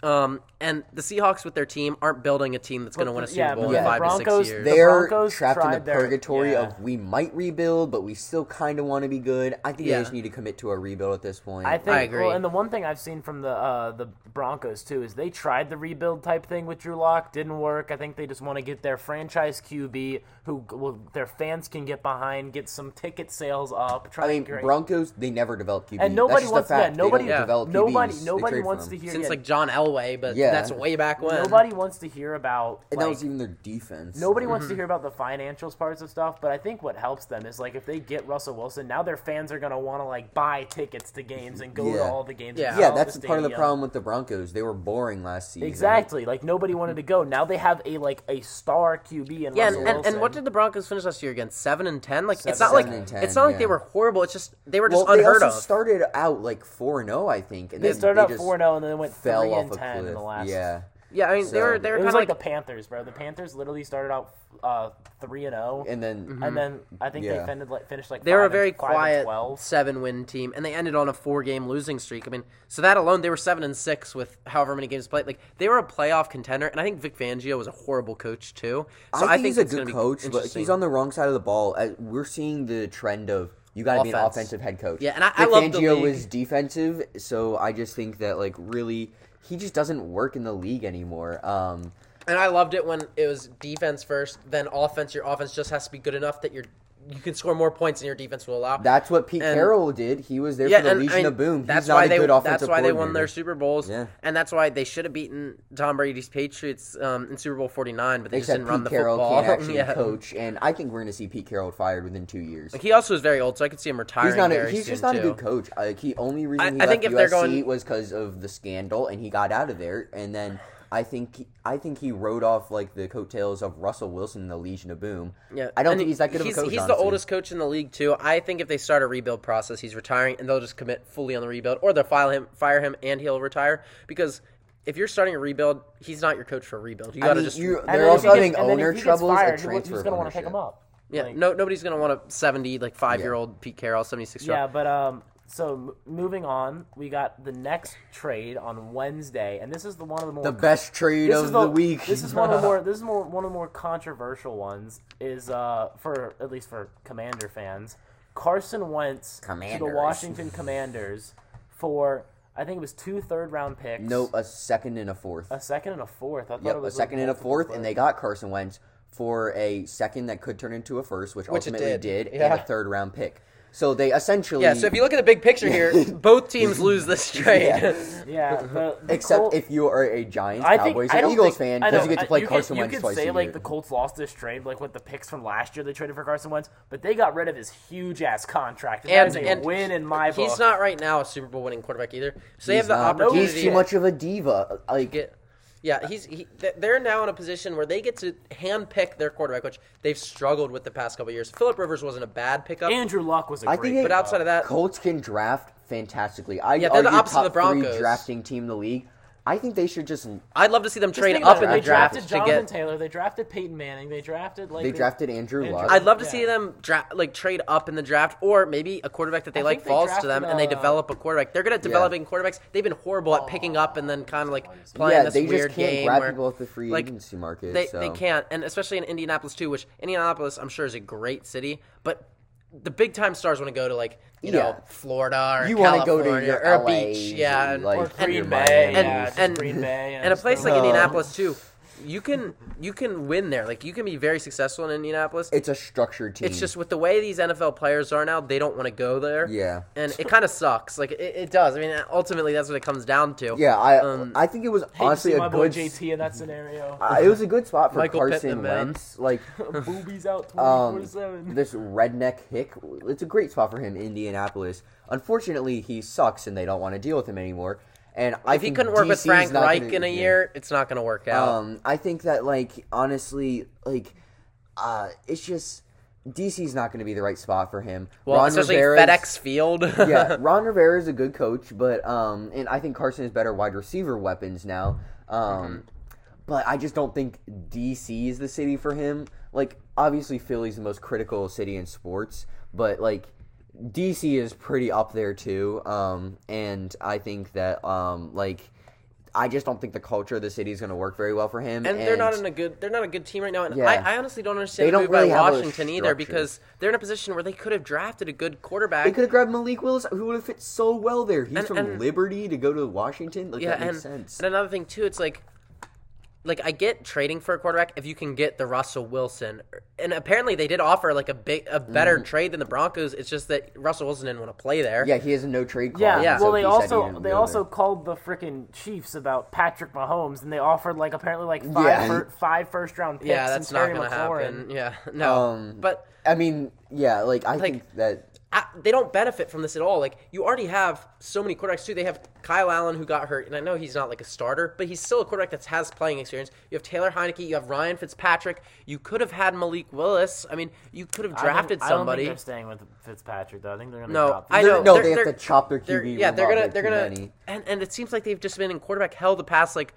A: Um, and the Seahawks with their team aren't building a team that's going to win a
B: the-
A: Super
B: yeah,
A: Bowl
B: but
A: in
C: the
A: five to
B: Broncos-
A: six years.
B: The they-
C: They're
B: Broncos
C: trapped in the
B: tried their-
C: purgatory
B: yeah.
C: of we might rebuild, but we still kind of want to be good. I think
A: Yeah.
C: they just need to commit to a rebuild at this point.
B: I think.
A: I agree.
B: Well, and the one thing I've seen from the uh, the Broncos too is they tried the rebuild type thing with Drew Lock, didn't work. I think they just want to get their franchise QB, who well, their fans can get behind, get some ticket sales up. Try
C: I mean,
B: to create-
C: Broncos they never develop QB.
B: And nobody
C: That's just
B: wants
C: a fact.
B: that. Nobody,
C: they don't develop
B: nobody,
C: QBs. They
B: nobody
C: trade for
B: wants
C: them.
B: to hear.
A: Since
B: yeah,
A: like John Elway, but
C: Yeah.
A: that's way back when.
B: nobody wants to hear about.
C: And that
B: like,
C: was even their defense.
B: Nobody wants
A: Mm-hmm.
B: to hear about the financials parts of stuff, but I think what helps them is like if they get Russell Wilson, now their fans are gonna want to like buy tickets to games and go to
C: Yeah.
B: all the games.
A: Yeah.
B: and
C: Yeah,
B: all
C: that's part of the
B: stadiums.
C: problem with the Broncos. They were boring last season.
B: Exactly. Like nobody wanted to go. Now they have a like a star QB in
A: Yeah, and,
B: Russell
A: and, and what
B: Wilson.
A: did the Broncos finish last year again? Seven and ten. Like it's not
C: Seven
A: like
C: and 10,
A: it's not like they
C: yeah.
A: were horrible. It's just they were
C: Well,
A: just
C: they
A: unheard
C: also
A: of.
C: started out like four and zero, I think, and
B: they
C: then
B: started out
C: just
B: four and zero, and then they went
C: fell
B: three
C: off
B: and
C: a
B: ten
C: cliff.
B: in the last.
C: Yeah,
A: yeah, I mean they
C: So-
A: were they
B: it
A: were
B: was
A: kind of
B: like,
A: like,
B: the Panthers, bro. The Panthers literally started out uh, three and zero,
C: and then
A: Mm-hmm.
B: and then I think
C: Yeah.
B: they fended, like, finished like
A: Hmm. they were a
B: five and-
A: very
B: five and
A: quiet
B: twelve.
A: seven win team, and they ended on a four game losing streak. I mean, so that alone they were seven and six with however many games played. Like they were a playoff contender, and I think Vic Fangio was a horrible coach too. So
C: I, think,
A: it's
C: he's a
A: gonna
C: good
A: be
C: coach, but
A: interesting.
C: he's on the wrong side of the ball. Uh, We're seeing the trend of you got to be an
A: Offense.
C: offensive head coach.
A: Yeah, and I- I
C: Vic
A: love the
C: Fangio
A: league.
C: was defensive, so I just think that like really he just doesn't work in the league anymore. Um,
A: And I loved it when it was defense first, then offense. Your offense just has to be good enough that you're you can score more points than your defense will allow.
C: that's what Pete
A: And-
C: Carroll did. He was there
A: yeah,
C: for the
A: and,
C: Legion
A: I mean,
C: of Boom.
A: That's
C: he's not
A: why
C: a
A: they
C: good offensive
A: that's why they won their
C: coordinator.
A: Super Bowls.
C: Yeah.
A: and that's why they should have beaten Tom Brady's Patriots um, in Super Bowl forty nine, but they just
C: Except
A: didn't run
C: Pete
A: the
C: Carroll
A: football.
C: can't actually
A: yeah.
C: coach, and I think we're going to see Pete Carroll fired within two years.
A: He also is very old, so I could see him retiring.
C: He's not. A,
A: very
C: he's just
A: soon,
C: not a
A: too.
C: good coach. Like he only reason
A: I-
C: he
A: I
C: left
A: think if
C: USC
A: they're going-
C: was because of the scandal, and he got out of there. And then I think he, I think he rode off like the coattails of Russell Wilson and the Legion of Boom.
A: Yeah,
C: I don't
A: and
C: think he's that good
A: he's,
C: of a coach.
A: He's the
C: honestly.
A: oldest coach in the league too. I think if they start a rebuild process, he's retiring, and they'll just commit fully on the rebuild, or they'll file him, fire him, and he'll retire because if you're starting a rebuild, he's not your coach for a rebuild. You
C: I
A: gotta
C: mean,
A: just
C: you-
B: And
C: they're
B: then if
C: also
B: he gets-
C: having
B: and then if
C: owner
B: he gets
C: troubles
B: fired,
C: or
B: who-
C: transfer.
B: Who's gonna want to pick
C: ownership.
B: him up?
A: yeah.
B: Like-
A: no, nobody's gonna want a seventy like five year old Pete Carroll, seventy six year
B: Yeah,
A: old.
B: but um, so m- moving on, we got the next trade on Wednesday, and this is the one of the more
C: The best trade
B: this
C: of
B: is
C: the, week.
B: This is one of the more this is more one of the more controversial ones is uh for at least for Commander fans, Carson Wentz to the
C: Commanders.
B: Washington Commanders for I think it was two third round picks.
C: no, a second and a fourth.
B: a second and a fourth. I thought
C: Yep,
B: it
C: a
B: was
C: second
B: like
C: and a
B: multiple
C: fourth,
B: thirds.
C: and they got Carson Wentz for a second that could turn into a first, which,
A: it
C: ultimately
A: did.
C: did, and
A: Yeah.
C: a third round pick. So they essentially
A: Yeah, so if you look at the big picture here, both teams lose this trade.
B: yeah. The, the
C: Except
B: Col-
C: if you are a Giants,
B: I think
C: Cowboys,
B: I
C: and
B: don't
C: Eagles
B: think-
C: fan,
B: I
C: because you
B: know,
C: get to
B: I-
C: play
B: could-
C: Carson
B: you
C: Wentz
B: could
C: twice
B: say
C: a
B: like
C: year.
B: the Colts lost this trade, like with the picks from last year they traded for Carson Wentz, but they got rid of his huge ass contract. And,
A: And-
B: that is a
A: and
B: win in my book.
A: He's not right now a Super Bowl winning quarterback either. So they have
C: He's
A: the
C: not-
A: opportunity.
C: Uh, He's too much of a diva. Like
A: get. Yeah, he's he, th- they're now in a position where they get to handpick their quarterback, which they've struggled with the past couple of years. Philip Rivers wasn't a bad pickup,
B: Andrew Luck was a
C: I
B: great
C: think, they-
A: but outside of that,
C: Colts can draft fantastically. I
A: Yeah, they're the
C: argue
A: opposite of
C: top
A: the Broncos.
C: Three drafting team in the league. I think they should just.
A: I'd love to see them
B: Just
A: trade
B: think
A: up
B: about
A: in
B: it.
A: the
B: they
A: draft
B: drafted
A: to
B: Jonathan
A: get.
B: Taylor, they drafted Peyton Manning, they drafted like
C: They drafted Andrew
B: Andrew-
C: Luck.
A: I'd love to
B: Yeah.
A: see them draft like trade up in the draft, or maybe a quarterback that they
B: I
A: like
B: think they
A: falls to
B: drafted,
A: them, and they
B: uh,
A: develop a quarterback. They're good at developing quarterbacks. They've been horrible at picking up and then kind of like playing
C: Oh, yeah,
A: this
C: they
A: weird
C: just can't
A: game
C: grab
A: where,
C: people off the free
A: like,
C: agency market.
A: They,
C: so.
A: they can't, and especially in Indianapolis too, which Indianapolis I'm sure is a great city, but the big time stars want to go to like you know
C: Yeah.
A: Florida or
C: You
A: want
C: wanna
A: to
C: go to
A: or
C: your
A: a
C: LAs
A: beach, yeah,
C: and,
A: and,
C: like,
B: or
A: and-
B: Green
C: Miami.
B: Bay,
A: and,
B: yeah, just
A: and-
B: Green Bay,
A: and a
B: just
A: place
B: throw
A: like
B: it out.
A: Indianapolis too. You can you can win there. Like you can be very successful in Indianapolis.
C: It's a structured team.
A: It's just with the way these NFL players are now, they don't want to go there.
C: Yeah.
A: and it kind of sucks. Like it, it does. I mean, ultimately, that's what it comes down to.
C: Yeah, I
A: Um,
C: I think it was
B: Hate to
C: honestly
B: see
C: a
B: my boy
C: good.
B: JT in that scenario.
C: uh, it was a good spot for
A: Michael
C: Carson
A: Pittman, man.
C: Wentz. Like
B: Boobies out
C: um,
B: twenty four seven.
C: this redneck hick. It's a great spot for him, Indianapolis. Unfortunately, he sucks, and they don't want to deal with him anymore. And I
A: If he
C: think
A: couldn't work with
C: DC's
A: Frank
C: not
A: Reich
C: gonna-
A: in a
C: yeah.
A: year, it's not going to work out.
C: Um, I think that like honestly, like uh, it's just DC's not going to be the right spot for him.
A: well,
C: Ron
A: especially
C: Rivera's-
A: FedEx Field.
C: yeah, Ron Rivera is a good coach, but um, and I think Carson is better wide receiver weapons now.
A: Mm-hmm.
C: Um, but I just don't think DC is the city for him. Like, obviously, Philly's the most critical city in sports, but like, DC is pretty up there too. Um, and I think that um, like. I just don't think the culture of the city is going to work very well for him.
A: and, they're not in a good they're not a good team right now. And
C: Yeah.
A: I, I honestly don't understand
C: They
A: the
C: don't
A: move
C: really
A: by
C: have a
A: Washington either
C: structure.
A: because they're in a position where they could have drafted a good
C: They
A: quarterback.
C: could have grabbed Malik Willis, who would have fit so well there. He's
A: And-
C: from
A: and-
C: Liberty to go to Washington. Like,
A: yeah,
C: that makes
A: and,
C: sense.
A: and another thing too, it's like like I get trading for a quarterback if you can get the Russell Wilson, and apparently they did offer like a big a better trade than the Broncos. It's just that Russell Wilson didn't want to play there.
C: Mm-hmm. yeah, he has a no trade clause.
B: Yeah,
A: Yeah.
C: so
B: well, they
C: he said he
B: also
C: didn't
B: they
C: go
B: also
C: there.
B: called the freaking Chiefs about Patrick Mahomes, and they offered like apparently like five
C: Yeah.
B: fir- five first round picks.
A: Yeah, that's
B: and
A: not
B: Terry
A: going to
B: McLaurin.
A: happen. Yeah, no,
C: Um,
A: but
C: I mean, yeah, like I think that
A: I, they don't benefit from this at all. Like you already have so many quarterbacks too. They have Kyle Allen who got hurt, and I know he's not like a starter, but he's still a quarterback that has playing experience. You have Taylor Heineke, you have Ryan Fitzpatrick. You could have had Malik Willis. I mean, you could have
B: I don't-
A: drafted
B: I don't,
A: somebody.
B: think they're staying with Fitzpatrick though. I think they're going to
A: No,
B: drop.
A: I
B: him.
A: know.
C: no,
A: they're-
C: they have
A: they're-
C: to chop their QB.
A: they're, yeah,
C: room
A: they're
C: off.
A: gonna
C: They
A: they're
C: have
A: gonna
C: too many.
A: and and it seems like they've just been in quarterback hell the past like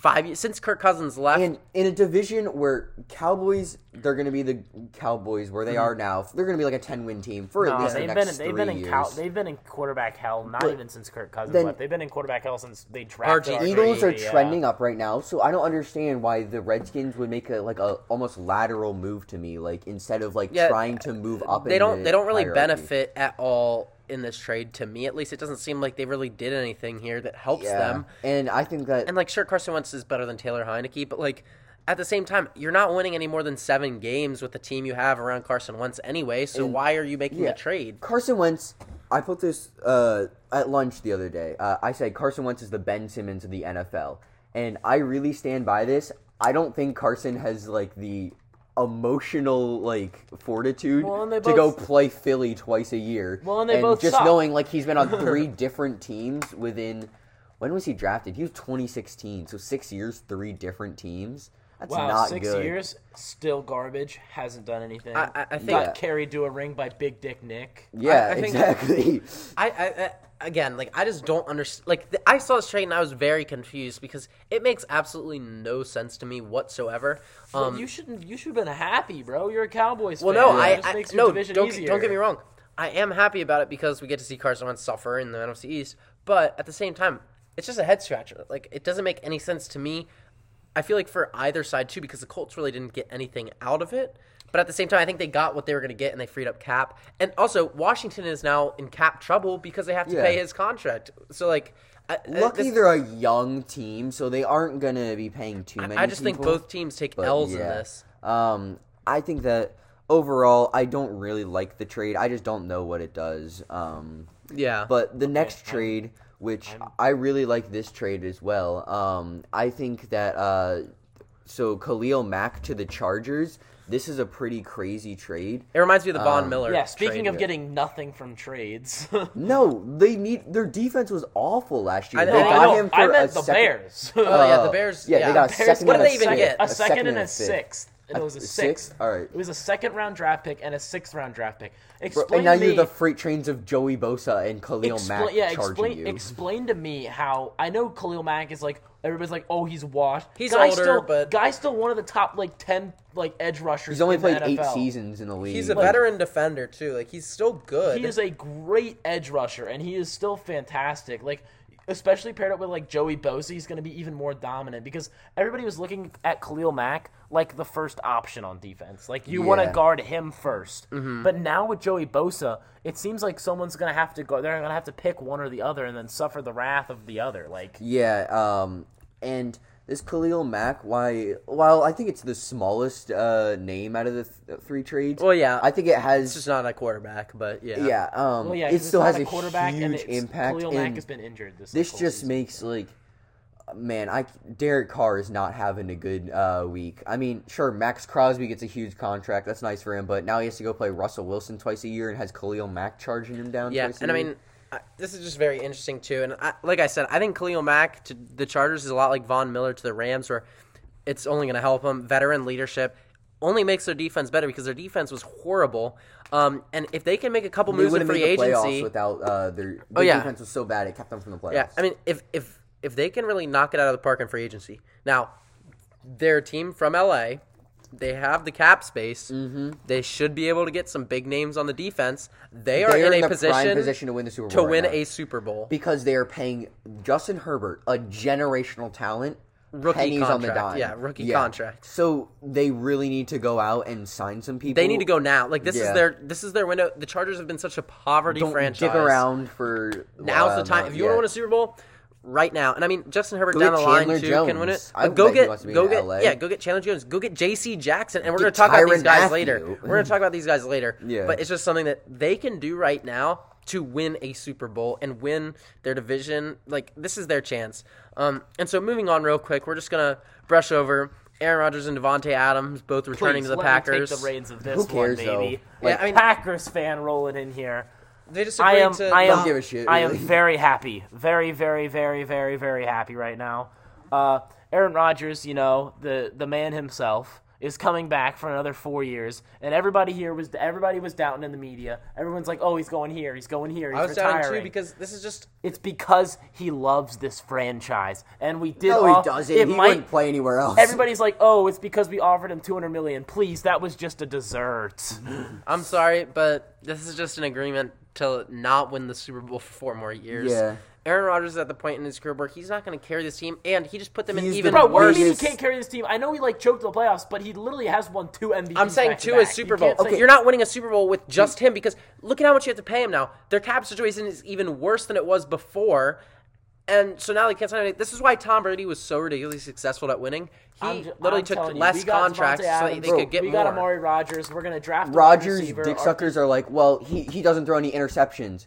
A: five years since Kirk Cousins left.
C: And in a division where Cowboys, they're going to be the Cowboys where they are now. They're going to be like a ten-win team for
B: Mm-hmm. No,
C: at least the
B: they've
C: next
B: been in,
C: three
B: they've been in
C: years.
B: cow, they've been in quarterback hell not even since Kirk Cousins
C: then-
B: left. They've been in quarterback hell since they drafted.
A: RG3.
B: RG3,
C: Eagles are
B: yeah.
C: trending up right now, so I don't understand why the Redskins would make a like a almost lateral move to me, like instead of like
A: Yeah,
C: trying to move up.
A: they
C: in
A: don't
C: the
A: they don't really
C: hierarchy.
A: benefit at all in this trade to me at least. It doesn't seem like they really did anything here that helps
C: Yeah,
A: them.
C: and I think that
A: And like, sure, Carson Wentz is better than Taylor Heineke, but like, at the same time, you're not winning any more than seven games with the team you have around Carson Wentz anyway. So why are you making
C: yeah.
A: the trade?
C: Carson Wentz. I put this uh, at lunch the other day. Uh, I said Carson Wentz is the Ben Simmons of the NFL, and I really stand by this. I don't think Carson has like the emotional like fortitude
B: Well, and they
C: to go
B: both-
C: play Philly twice a year.
B: Well, and they both
C: just
B: suck.
C: knowing like he's been on three different teams within. When was he drafted? He was 2016, so six years, three different teams. That's
B: Wow,
C: not
B: six
C: good.
B: years, still garbage. Hasn't done anything.
A: I- I- I think-
B: got
C: Yeah.
B: carried to a ring by Big Dick Nick.
C: Yeah,
A: I- I think-
C: exactly.
A: I, I, I again, like, I just don't understand. Like, th- I saw this trade and I was very confused because it makes absolutely no sense to me whatsoever. Um,
B: you shouldn't. You should have been happy, bro. You're a Cowboys
A: well,
B: fan.
A: no,
B: It
A: I,
B: just
A: I
B: makes your
A: no,
B: division
A: don't,
B: easier.
A: don't get me wrong. I am happy about it because we get to see Carson Wentz suffer in the NFC East. But at the same time, it's just a head scratcher. Like it doesn't make any sense to me. I feel like for either side too, because the Colts really didn't get anything out of it. But at the same time, I think they got what they were going to get, and they freed up cap. And also, Washington is now in cap trouble because they have to
C: Yeah.
A: pay his contract. So like, I, I-
C: Lucky
A: Uh, this-
C: they're a young team, so they aren't gonna be paying too many.
A: I just think
C: people,
A: both teams take
C: but
A: L's in
C: yeah.
A: this.
C: Um, I think that overall, I don't really like the trade. I just don't know what it does. Um,
A: Yeah,
C: but the next trade, which i really like this trade as well. Um, I think that uh, so Khalil Mack to the Chargers. This is a pretty crazy trade.
A: it reminds me of the
C: um,
A: Von Miller.
B: Yeah, speaking
A: trade.
B: of getting nothing from trades,
C: No, they need their defense was awful last year.
A: I know,
C: they
A: I
C: got
A: know.
C: him for
B: I meant
C: a
B: the
C: second-
B: Bears.
A: Oh yeah, the
C: Uh,
A: Bears.
C: yeah, they got a
B: Bears
C: second
A: What did
C: and a
A: they even
C: sixth.
A: get?
B: A
C: A
B: second,
C: second
B: and a
C: and a fifth.
B: sixth. It was a
C: sixth?
B: sixth.
C: All right.
B: It was a second round draft pick and a sixth round draft pick. Explain
C: And now
B: to me,
C: you're the freight trains of Joey Bosa and Khalil
B: expla-
C: Mack
B: yeah,
C: charging
B: explain
C: you.
B: explain to me how I know Khalil Mack is like everybody's like, oh, he's washed.
A: He's
B: Guy's
A: older,
B: still,
A: but-
B: guy's still one of the top like ten like edge rushers.
C: He's only
B: in the
C: played eight
B: NFL.
C: seasons in the league.
A: He's a
C: Like,
A: veteran defender too. Like he's still good.
B: He is a great edge rusher, and he is still fantastic. Like, especially paired up with like Joey Bosa, he's going to be even more dominant because everybody was looking at Khalil Mack like the first option on defense. Like, you want to
C: Yeah. Mm-hmm.
B: guard him 1st But now with Joey Bosa, it seems like someone's going to have to go. They're going to have to pick one or the other, and then suffer the wrath of the other. Like,
C: Yeah, um, and this Khalil Mack, why? While I think it's the smallest uh, name out of the th- three trades.
A: Well, yeah.
C: I think it has.
A: It's just not a quarterback, but yeah.
C: yeah, um,
B: well, yeah, 'cause
C: it
B: it's
C: still
B: not
C: has
B: a
C: a
B: quarterback, and
C: huge
B: it's-
C: impact.
B: Khalil Mack
C: and
B: has been injured this.
C: this
B: whole
C: just
B: season.
C: makes like, man, I Derek Carr is not having a good uh, week. I mean, sure, Max Crosby gets a huge contract. That's nice for him, but now he has to go play Russell Wilson twice a year and has Khalil Mack charging him down.
A: Yeah,
C: twice a
A: and I
C: year.
A: mean, I, this is just very interesting too. And I, like I said, I think Khalil Mack to the Chargers is a lot like Von Miller to the Rams, where it's only going to help them. Veteran leadership only makes their defense better because their defense was horrible. Um, and if they can make a couple
C: they
A: moves in
C: wouldn't
A: free
C: make the
A: agency, Oh,
C: playoffs without uh, their, their
A: yeah.
C: defense was so bad it kept them from the playoffs.
A: yeah, I mean, if if if they can really knock it out of the park in free agency, now their team from LA They have the cap space.
C: Mm-hmm.
A: They should be able to get some big names on the defense. They are
C: They're
A: in,
C: in,
A: a
C: the prime
A: position,
C: position to win the Super
A: to
C: Bowl right
A: win
C: now.
A: a Super Bowl.
C: because they are paying Justin Herbert, a generational talent,
A: Rookie
C: pennies on the
A: contract.
C: dime.
A: Yeah, rookie contract.
C: So they really need to go out and sign some people.
A: they need to go now. Like this is
C: Yeah.
A: their this is their window. The Chargers have been such a poverty
C: Don't
A: franchise.
C: dick around for
A: Now's
C: uh,
A: the time. If you want to win a Super Bowl, right now. And I mean, Justin Herbert
C: get
A: down the line
C: Chandler
A: too can win it.
C: Jones. I
A: But go
C: bet he
A: get,
C: wants to be
A: go
C: in
A: get,
C: LA.
A: yeah, go get Chandler Jones. Go get J.C. Jackson, and we're
C: Get
A: gonna talk about these
C: Tyrann
A: guys
C: Mathieu.
A: later. We're gonna talk about these guys later.
C: Yeah.
A: But it's just something that they can do right now to win a Super Bowl and win their division. Like this is their chance. Um, and so moving on real quick, we're just gonna brush over Aaron Rodgers and Devonte Adams both returning
B: Please,
A: to the
B: let me
A: Packers.
B: take the reins of this
C: Who cares,
B: one,
C: though?
B: baby.
C: Like-
A: Yeah, I mean-
B: Packers fan rolling in here.
A: They just
B: I
A: agreed
B: am.
A: to
B: I am.
C: Don't give a shit,
B: I am
C: really.
B: very happy. Very, very, very, very, very happy right now. Uh, Aaron Rodgers, you know the the man himself, is coming back for another four years, and everybody here was everybody was doubting in the media. Everyone's like, "Oh, he's going here. He's going here. He's
A: I was
B: retiring."
A: down too because this is just
B: it's because he loves this franchise, and we did.
C: No, he
B: off-
C: doesn't.
B: It
C: he
B: might,
C: wouldn't play anywhere else.
B: Everybody's like, "Oh, it's because we offered him 200 million. Please, that was just a dessert."
A: I'm sorry, but this is just an agreement to not win the Super Bowl for four more years.
C: Yeah.
A: Aaron Rodgers is at the point in his career where he's not going to carry this team, and he just put them in
C: He's
A: even
C: the
B: Bro, what
A: worse.
B: do you mean he
C: Worst-
B: can't carry this team? I know he like choked the playoffs, but he literally has won two MVPs.
A: I'm saying
B: back to
A: two is
B: back.
A: Super
B: You
A: Bowl.
B: can't say-
A: You're not winning a Super Bowl with just him because look at how much you have to pay him now. Their cap situation is even worse than it was before. And so now they can't sign any. This is why Tom Brady was so ridiculously successful at winning. He
B: I'm ju-
A: literally
B: I'm
A: took
B: telling you, we
A: less
B: got
A: contracts
B: Devontae
A: so that
B: Adams,
A: they could get
B: we
A: more.
B: got Amari Rodgers. We're gonna draft a wide
C: Rodgers,
B: receiver. Uh,
C: dick
B: Our-
C: suckers are like, well, he, he doesn't throw any interceptions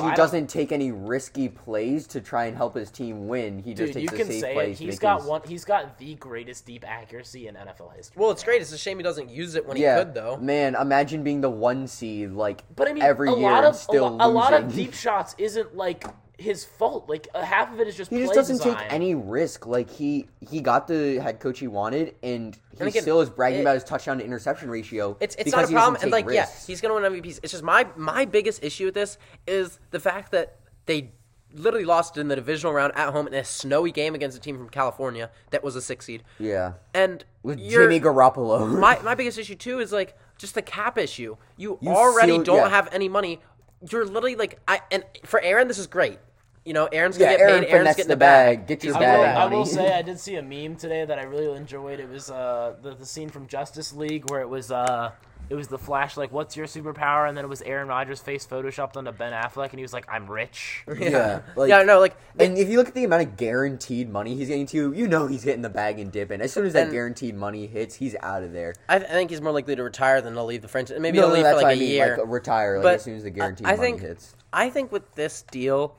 B: Oh, I
C: he
B: don't-
C: doesn't take any risky plays to try and help his team win. He just
B: Dude, you
C: takes the
B: can
C: safe
B: say it.
C: plays. to
B: He's
C: make
B: got
C: his-
B: one. He's got the greatest deep accuracy in NFL history.
A: well, it's great. It's a shame he doesn't use it when
C: Yeah,
A: he could, though.
C: man, imagine being the one seed like
B: But I mean,
C: every
B: a
C: year
B: lot
C: and
B: of a,
C: still
B: lo- a lot of
C: losing.
B: deep shots isn't like his fault. Like uh, half of it is just
C: He just
B: play
C: doesn't
B: design.
C: take any risk. Like he he got the head coach he wanted, and he
A: And again,
C: still is bragging
A: it-
C: about his touchdown to interception ratio.
A: It's it's
C: because
A: not a
C: he doesn't
A: problem. And
C: take
A: like yeah,
C: risks.
A: he's gonna win MVPs. It's just my my biggest issue with this is the fact that they literally lost in the divisional round at home in a snowy game against a team from California that was a six seed.
C: yeah,
A: And
C: with
A: you're-
C: Jimmy Garoppolo.
A: my my biggest issue too is like just the cap issue. You,
C: You
A: already
C: seal-
A: don't
C: yeah.
A: have any money. You're literally like I and for Aaron this is great. You know, Aaron's gonna
C: Yeah,
A: get
C: Aaron
A: paid. Aaron's
C: finessed
A: getting
C: the
A: the bag.
C: bag. Get
A: He's
C: your
A: getting
B: I
A: the
B: will,
C: bag.
B: I will
C: Money.
B: say I did see a meme today that I really enjoyed. It was uh, the, the scene from Justice League where it was uh, it was the Flash like, "What's your superpower?" and then it was Aaron Rodgers' face photoshopped onto Ben Affleck, and he was like, "I'm rich."
C: yeah, like,
A: Yeah, no, like
C: And if you look at the amount of guaranteed money he's getting to, you know he's hitting the bag and dipping. As soon as that
A: And-
C: guaranteed money hits, he's out of there.
A: I, th- I think he's more likely to retire than to leave the franchise. Maybe he'll
C: No, no,
A: leave
C: that's
A: for
C: what
A: like
C: I
A: a
C: mean,
A: year,
C: like, retire, like,
A: But
C: as soon as the guaranteed
A: I, I
C: money
A: think,
C: hits.
A: I think with this deal,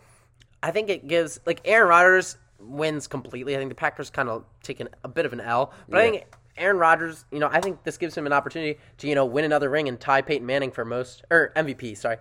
A: I think it gives like Aaron Rodgers wins completely. I think the Packers kind of taken a bit of an L, but I
C: Yeah.
A: think Aaron Rodgers, you know, I think this gives him an opportunity to you know win another ring and tie Peyton Manning for most or MVP. Sorry.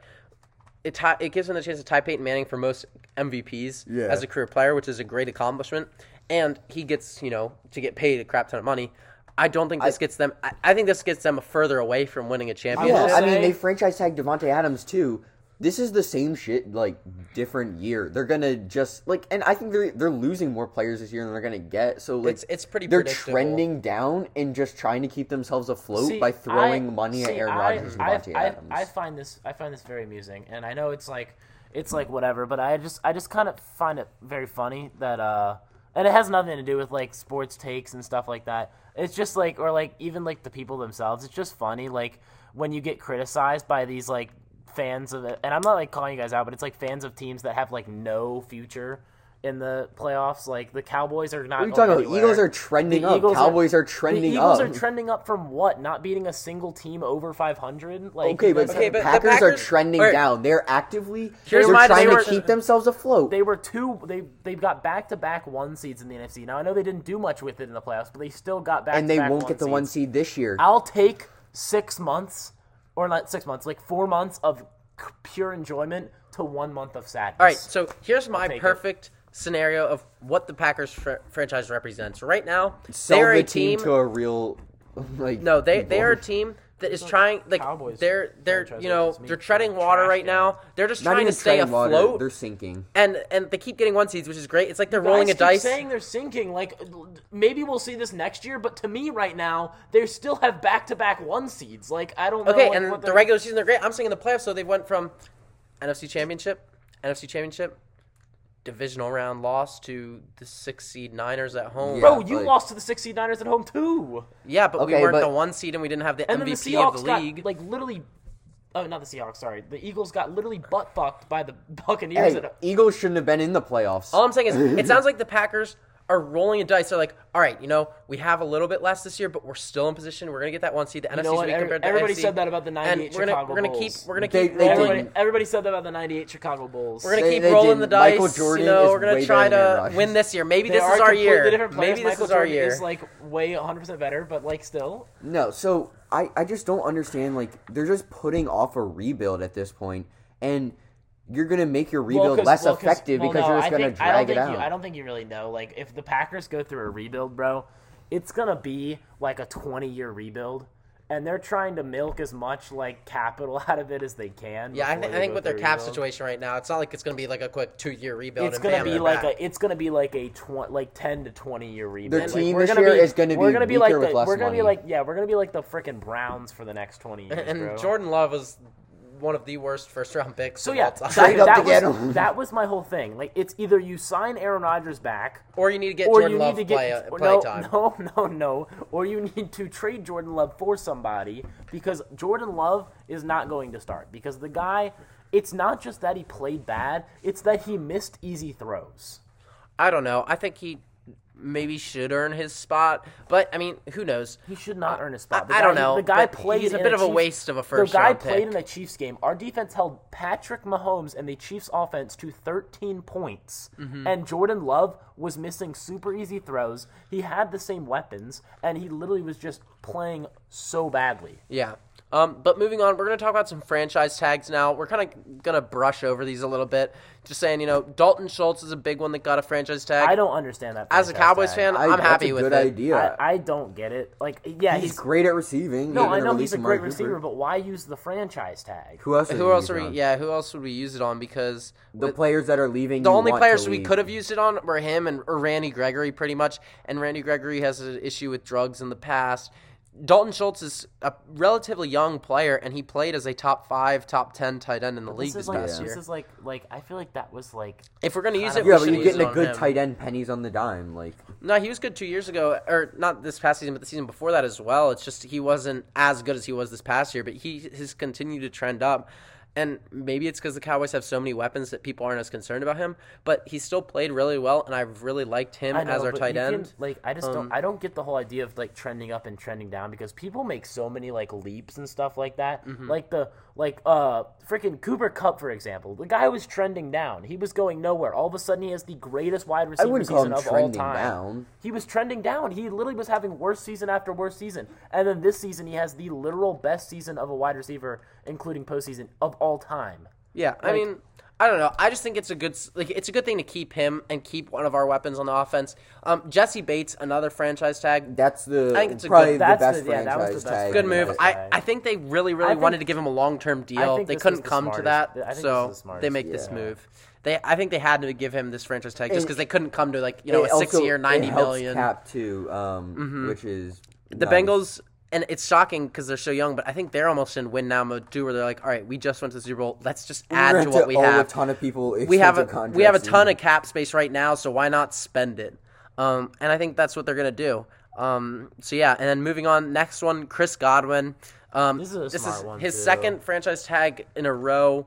A: It, tie, it gives him the chance to tie Peyton Manning for most MVPs
C: Yeah.
A: as a career player, which is a great accomplishment. And he gets, you know, to get paid a crap ton of money. I don't think this gets them. I, I think this gets them further away from winning a championship.
C: Yeah,
B: will
C: I mean
B: say-
C: they franchise tag Devonte Adams too. This is the same shit, like different year. They're gonna just like, and I think they're they're losing more players this year than they're gonna get. So like,
A: It's- it's pretty
C: They're
A: predictable.
C: trending down and just trying to keep themselves afloat
B: See,
C: by throwing
B: I-
C: money at
B: see,
C: Aaron
B: I-
C: Rodgers and
B: I-
C: Devontae
B: I-
C: Adams.
B: I find this I find this very amusing, and I know it's like it's like whatever, but I just I just kind of find it very funny that uh, and it has nothing to do with like sports takes and stuff like that. It's just like or like even like the people themselves. It's just funny like when you get criticized by these like fans of it, and I'm not like calling you guys out, but it's like fans of teams that have like no future. In the playoffs, like the Cowboys are not.
C: what are you talking about?
B: going anywhere.
C: Eagles are trending
B: The
C: up.
B: Eagles
C: Cowboys are, trending
B: the Eagles
C: up.
B: are trending up from what? Not beating a single team over 500. Like
C: okay, but,
B: that's-
A: Okay, but the
C: Packers, are
A: Packers-
C: trending
A: alright.
C: down. They're actively
A: Here's
C: they're
A: my-
C: trying
A: they
C: to
A: were-
C: keep themselves afloat.
B: they were two. They they got back to back one seeds in the NFC. Now I know they didn't do much with it in the playoffs, but they still got back.
C: and they
B: to back
C: won't get the one
B: seeds.
C: seed this year.
B: I'll take six months, or not six months, like four months of c- pure enjoyment to one month of sadness.
A: All right, so here's my
B: take it.
A: perfect scenario of what the Packers fr- franchise represents. Right now,
C: Sell
A: they're
C: the
A: a
C: team
A: team.
C: to a real like
A: no, they they
C: people.
A: are a team that is
B: Those are
A: trying like
B: Cowboys
A: they're they're
B: franchise
A: you know
B: owners mean
A: they're treading
B: some
A: water
B: trash
A: right now.
B: cans.
A: They're just
C: Not
A: trying
C: even
A: to stay
C: treading water,
A: afloat.
C: They're sinking.
A: and and they keep getting one seeds, which is great. It's like they're
B: Guys
A: rolling a
B: keep
A: dice.
B: Saying they're sinking. Like maybe we'll see this next year, but to me right now, they still have back to back one seeds. Like I don't know.
A: Okay,
B: like, what
A: and the
B: they're-
A: regular season they're great. I'm saying in the playoffs, so they went from NFC Championship, NFC Championship, divisional round loss to the six seed Niners at home.
B: Bro,
C: Yeah,
B: you
C: like-
B: lost to the 69ers at home too.
A: Yeah, but we
C: Okay,
A: weren't
C: but-
A: the one seed, and we didn't have the
B: And then the
A: MVP
B: Seahawks
A: of the league.
B: got like literally Oh, not the Seahawks, sorry. The Eagles got literally butt fucked by the Buccaneers
C: Hey,
B: at
C: Eagles shouldn't have been in the playoffs.
A: All I'm saying is, it sounds like the Packers are rolling a dice. They're like, all right, you know, we have a little bit less this year, but we're still in position. We're gonna get that one seed. The NFC
B: know
A: is
B: what?
A: weak
B: Every-
A: compared to
B: everybody
A: the NFC.
B: said that about the 98
A: and we're gonna,
B: Chicago
A: we're gonna keep
B: Bulls.
A: we're gonna
C: They-
A: keep
C: they
A: rolling.
B: everybody,
C: didn't.
B: everybody said that about the 98 Chicago Bulls.
A: We're gonna
C: They-
A: keep
C: they
A: rolling
C: didn't.
A: the dice.
C: Michael Jordan
A: you know,
C: is
A: we're gonna
C: way
A: try
C: better than
A: to
C: Aaron
A: win
C: Rodgers.
A: this year. Maybe
B: They
A: this
B: are
A: is our
B: completely
A: year.
B: different players.
A: Maybe this
B: Michael
A: is our
B: Jordan
A: year.
B: Is like way 100 percent better, but like still,
C: No, so I, I just don't understand. Like they're just putting off a rebuild at this point, and you're gonna make your rebuild
B: 'cause-
C: less
B: well, 'cause-
C: effective
B: well,
C: because
B: no,
C: you're
B: I
C: just gonna
B: think- I don't
C: drag it
B: think
C: out.
B: you- I don't think you really know. Like, if the Packers go through a rebuild, bro, it's gonna be like a twenty-year rebuild, and they're trying to milk as much like capital out of it as they can.
A: Yeah, I,
B: before
A: th-
B: they
A: I think
B: go
A: with their
B: through a
A: cap
B: rebuild.
A: situation right now, it's not like it's going to be like a quick two year rebuild.
B: It's
A: and
B: gonna
A: bam,
B: be
A: they're
B: like
A: back.
B: a it's gonna be like a tw- like ten to twenty year rebuild.
C: Their
B: Like,
C: team
B: we're
C: this
B: gonna
C: year
B: be-
C: is gonna
B: we're
C: be
B: gonna be
C: weaker
B: like
C: with
B: the,
C: less
B: we're gonna be
C: money.
B: like yeah we're gonna be like the freaking Browns for the next twenty years.
A: and
B: bro.
A: Jordan Love was one of the worst first round picks.
B: So
A: of
B: yeah,
A: all time.
C: Trade
B: that,
C: up
B: that
C: to
B: was,
C: get him.
B: that was my whole thing. Like, it's either you sign Aaron Rodgers back,
A: or you need to get
B: or
A: Jordan
B: you
A: Love
B: need to
A: play, uh,
B: get
A: play
B: no,
A: time.
B: no, no, no, or you need to trade Jordan Love for somebody because Jordan Love is not going to start because the guy. It's not just that he played bad; it's that he missed easy throws.
A: I don't know. I think he maybe should earn his spot, but I mean, who knows?
B: He should not earn a spot. The
A: I- I
B: guy-
A: don't know,
B: The guy
A: but
B: played.
A: he's a
B: in
A: bit of a
B: Chiefs-
A: waste of a first-round
B: The guy played
A: pick.
B: in a Chiefs game. Our defense held Patrick Mahomes and the Chiefs offense to 13 points,
A: Mm-hmm.
B: and Jordan Love was missing super easy throws. He had the same weapons, and he literally was just playing so badly.
A: Yeah. Um, but moving on, we're going to talk about some franchise tags now. We're kind of going to brush over these a little bit. Just saying, you know, Dalton Schultz is a big one that got a franchise tag.
B: I don't understand that.
A: As a
B: franchise
A: Cowboys
B: tag.
A: fan,
C: I-
A: I'm
C: that's
A: happy
C: a
A: with
C: good
A: it.
C: idea.
B: I, I don't get it. Like, yeah,
C: he's
B: he's,
C: great at receiving.
B: no,
C: You're
B: I
C: gonna
B: know
C: release
B: he's a
C: Amari
B: great
C: Cooper.
B: receiver, but why use the franchise tag?
C: Who else?
A: Who else are we?
C: we?
A: Yeah, who else would we use it on? Because
C: The players that are leaving.
A: the only players we could have used it on were him and or Randy Gregory, pretty much. And Randy Gregory has an issue with drugs in the past. Dalton Schultz is a relatively young player, and he played as a top five, top ten tight end in the league
B: This
A: this,
B: is like
A: past
B: this
A: year.
B: is like like I feel like that was like
A: If we're gonna use it,
B: of-
A: we
C: Yeah,
A: should
C: but you're
A: use
C: getting
A: it
C: a
A: on
C: good
A: him.
C: tight end. Pennies on the dime. Like
A: No, he was good two years ago, or not this past season, but the season before that as well. It's just he wasn't as good as he was this past year, but he has continued to trend up. And maybe it's because the Cowboys have so many weapons that people aren't as concerned about him, but he still played really well, and I've really liked him
B: I know,
A: as our
B: but
A: tight
B: you can-
A: end.
B: like I just don't I don't get the whole idea of like trending up and trending down because people make so many like leaps and stuff like that. Like the like uh freaking Cooper Cup for example. The guy was trending down. He was going nowhere. All of a sudden he has the greatest wide receiver
C: wouldn't call
B: season
C: him
B: of all
C: trending
B: time.
C: down.
B: He was trending down. He literally was having worse season after worse season. And then this season he has the literal best season of a wide receiver including postseason of all time.
A: Yeah, I mean, I don't know. I just think it's a good s- like it's a good thing to keep him and keep one of our weapons on the offense. Um, Jesse Bates, another franchise tag.
C: that's the
A: think it's a
C: probably
A: good-
C: the
B: that's
C: best
B: the- yeah, that was the
C: franchise
B: best
C: tag.
A: Good
B: Yeah,
A: move.
B: that's
A: I,
B: right.
A: I think they really, really
B: think-
A: wanted to give him a long term deal.
B: think
A: They
B: this
A: couldn't
B: was the
A: come to that.
B: smartest- I think this
A: so
B: was
A: they
B: the smartest,
A: make this
C: yeah.
A: move. They I think they had to give him this franchise tag just
C: And-
A: because they couldn't come to like, you know,
C: It
A: a six
C: also-
A: year ninety
C: it helps
A: million. Mm-hmm.
C: cap too, um, which is
A: The
C: nice.
A: Bengals and it's shocking because they're so young, but I think they're almost in win now mode too, where they're like, all right, we just went to the Super Bowl. Let's just
C: We're
A: add
C: gonna
A: to
C: have
A: what we
C: owe
A: have.
C: A ton of people.
A: we have
C: extensive
A: a we have a
C: contracts
A: ton
C: and-
A: of cap space right now, so why not spend it? Um, and I think that's what they're gonna do. Um, so yeah, and then moving on, next one, Chris Godwin. Um,
B: This is a smart one,
A: his
B: too.
A: second franchise tag in a row.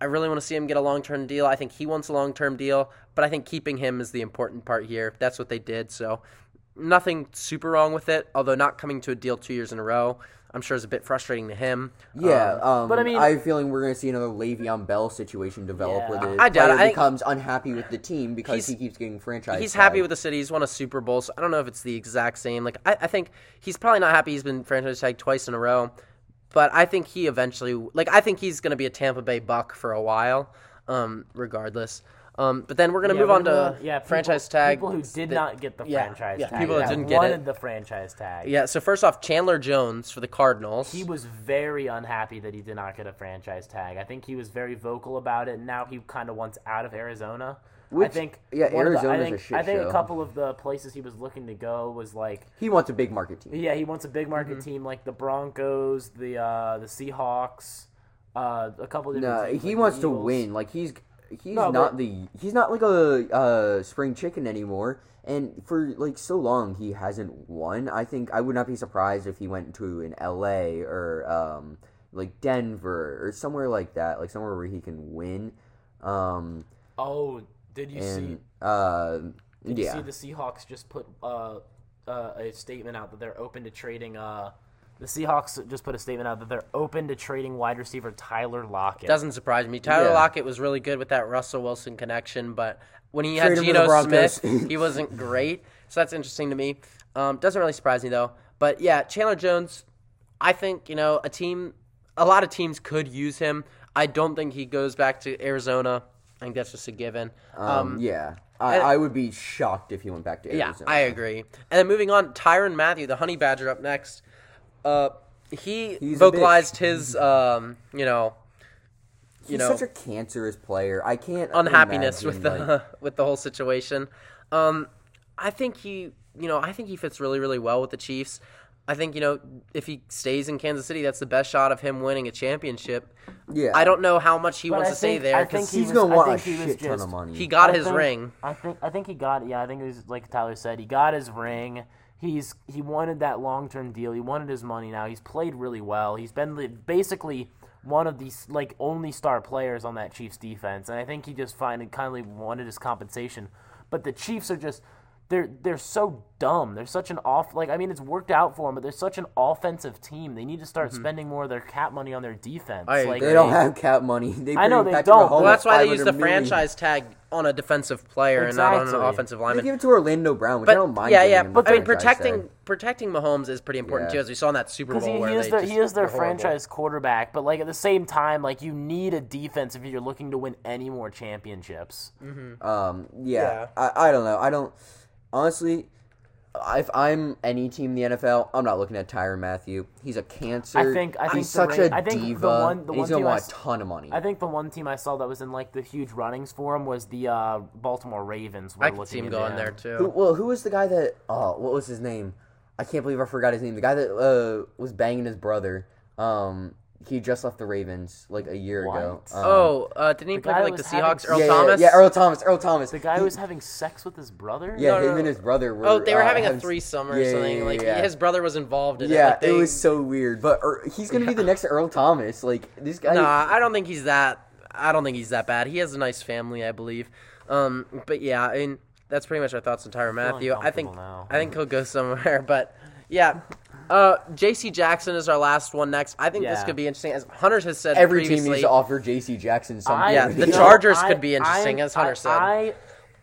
A: I really want to see him get a long term deal. I think he wants a long term deal, but I think keeping him is the important part here. That's what they did, so nothing super wrong with it. Although not coming to a deal two years in a row, I'm sure is a bit frustrating to him.
C: Yeah,
A: uh,
C: um,
B: but
C: but
B: I
C: I
B: mean-
C: have a feeling we're going to see another Le'Veon Bell situation develop
B: Yeah.
C: where the
A: I doubt it.
C: player
A: I think-
C: becomes unhappy with the team because
A: He's-
C: he keeps getting franchised.
A: he's happy with the city. He's won a Super Bowl, so I don't know if it's the exact same. Like I, I think he's probably not happy. He's been franchise tagged twice in a row, but I think he eventually, like I think he's going to be a Tampa Bay Buck for a while, um, regardless. Um, but then we're gonna
B: Yeah,
A: move
B: we're
A: on
B: gonna-
A: to
B: yeah, people-
A: franchise tag.
B: People who did
A: that-
B: not get the
A: yeah,
B: franchise
A: yeah,
B: tag.
A: people
B: that
A: that didn't get
B: wanted
A: it.
B: the franchise tag.
A: Yeah. So first off, Chandler Jones for the Cardinals.
B: He was very unhappy that he did not get a franchise tag. I think he was very vocal about it, and now he kind of wants out of Arizona. I
C: Which-
B: think
C: yeah,
B: one of the- I
C: Arizona's a
B: think,
C: shit
B: I think
C: show.
B: a couple of the places he was looking to go was like
C: He wants a big market team.
B: Yeah, he wants a big market team like the Broncos, the uh, the Seahawks, uh, a couple different.
C: No,
B: teams,
C: he
B: like
C: wins
B: the
C: to
B: Eagles.
C: win. Like he's he's
B: No,
C: not
B: but-
C: the he's not like a uh, spring chicken anymore. And for like so long, he hasn't won. I think I would not be surprised if he went to an L.A. or um, like Denver or somewhere like that, like somewhere where he can win. Um,
B: Oh, did you see?
C: and uh,
B: Did
C: yeah,
B: you see the Seahawks just put uh, uh, a statement out that they're open to trading? Uh, the Seahawks just put a statement out that they're open to trading wide receiver Tyler Lockett.
A: Doesn't surprise me. Tyler
C: Yeah.
A: Lockett was really good with that Russell Wilson connection, but when he had
C: Trade him to the
A: Geno
C: Broncos.
A: Smith, he wasn't great. So that's interesting to me. Um, doesn't really surprise me though. But yeah, Chandler Jones, I think you know a team, a lot of teams could use him. I don't think he goes back to Arizona. I think that's just a given.
C: um, yeah. I, I would be shocked if he went back to
A: Yeah,
C: Arizona.
A: I agree. And then moving on, Tyron Matthew, the Honey Badger, up next. Uh, he
C: He's a
A: vocalized his, um, you know,
C: He's
A: you know,
C: such a cancerous player. I can't
A: unhappiness
C: imagine,
A: with the
C: like-
A: with the whole situation. Um, I think he, you know, I think he fits really, really well with the Chiefs. I think you know if he stays in Kansas City, that's the best shot of him winning a championship.
C: Yeah.
A: I don't know how much he
B: But
A: wants
B: I
A: to stay
B: think-
A: there
B: I
A: because
B: think he
A: he,
C: he's
B: was-
C: gonna
B: I
C: want a
B: think he was
C: shit ton
B: just-
C: of money.
A: got
B: I
A: his
B: think-
A: ring.
B: I think I think he got yeah, I think it was like Tyler said, he got his ring. He's he wanted that long term deal. He wanted his money now. He's played really well. He's been li- basically one of these like only star players on that Chiefs defense, and I think he just finally kindly wanted his compensation. But the Chiefs are just they're they're so dumb. They're such an off like I mean it's worked out for them, but they're such an offensive team. They need to start spending more of their cap money on their defense.
A: Mm-hmm. I
B: like,
A: agree.
C: They don't have cap money. They
B: I know,
C: bring
B: they
C: Patrick
B: don't.
C: Mahomes
B: Well,
A: Well, that's why they use the
C: 500 million.
A: franchise tag on a defensive player and not on an
B: Exactly.
A: offensive
C: They
A: lineman.
C: give it to Orlando Brown, which I don't mind.
A: yeah,
C: giving
A: yeah.
C: him the
A: But I mean,
C: franchise
A: protecting
C: tag.
A: protecting Mahomes is pretty important too,
C: Yeah.
A: as we saw in that Super Bowl
B: Because he,
A: where
B: he is
A: they
B: their,
A: just
B: he is their
A: were horrible.
B: franchise quarterback, but like at the same time, like you need a defense if you're looking to win any more championships.
A: Mm-hmm.
C: Um, yeah,
A: Yeah.
C: I, I don't know. I don't honestly. If I'm any team in the NFL, I'm not looking at Tyron Matthew. He's a cancer.
B: I think- I think
C: he's
B: the
C: such
B: Ra-
C: a
B: I think the
C: diva.
B: one- the
C: and
B: one
C: he's gonna
B: team I
C: want
B: s-
C: a ton of money.
B: I think the one team I saw that was in like the huge runnings for him was the uh, Baltimore Ravens. Were
A: I could
B: looking
A: see him
B: into
A: going
B: him.
A: there
C: Who,
A: too.
C: well, who was the guy that? Oh, what was his name? I can't believe I forgot his name. The guy that uh, was banging his brother. Um, he just left the Ravens like a year ago.
B: What?
C: Um,
A: Oh, uh, didn't he play
B: guy
A: for, like the
B: was having-
A: Seahawks? Earl
C: yeah, yeah,
A: Thomas.
C: Yeah, Earl Thomas. Earl Thomas.
B: The guy
C: He-
B: who was having sex with his brother.
C: Yeah,
A: No,
C: him
A: no,
C: and
A: no.
C: his brother were.
A: Oh, they were
C: uh,
A: having a
C: having-
A: threesome or
C: Yeah, yeah,
A: something.
C: yeah,
A: like
C: yeah.
A: his brother was involved in it.
C: Yeah,
A: Like, they-
C: it was so weird. But er, he's gonna be the next Earl Thomas. Like this guy.
A: Nah, I don't think he's that. I don't think he's that bad. He has a nice family, I believe. Um, but yeah, I mean, that's pretty much our thoughts on Tyron Matthew. I think
B: uncomfortable now.
A: I think he'll go somewhere. But yeah, uh, J.C. Jackson is our last one next. I think this
B: Yeah.
A: could be interesting. As Hunters has said
C: Every team
A: previously,
C: needs to offer J.C. Jackson something.
B: I-
A: Yeah,
B: you
A: the
B: know,
A: Chargers
B: I-
A: could be interesting,
B: I,
A: as Hunter
B: I,
A: said.
B: I,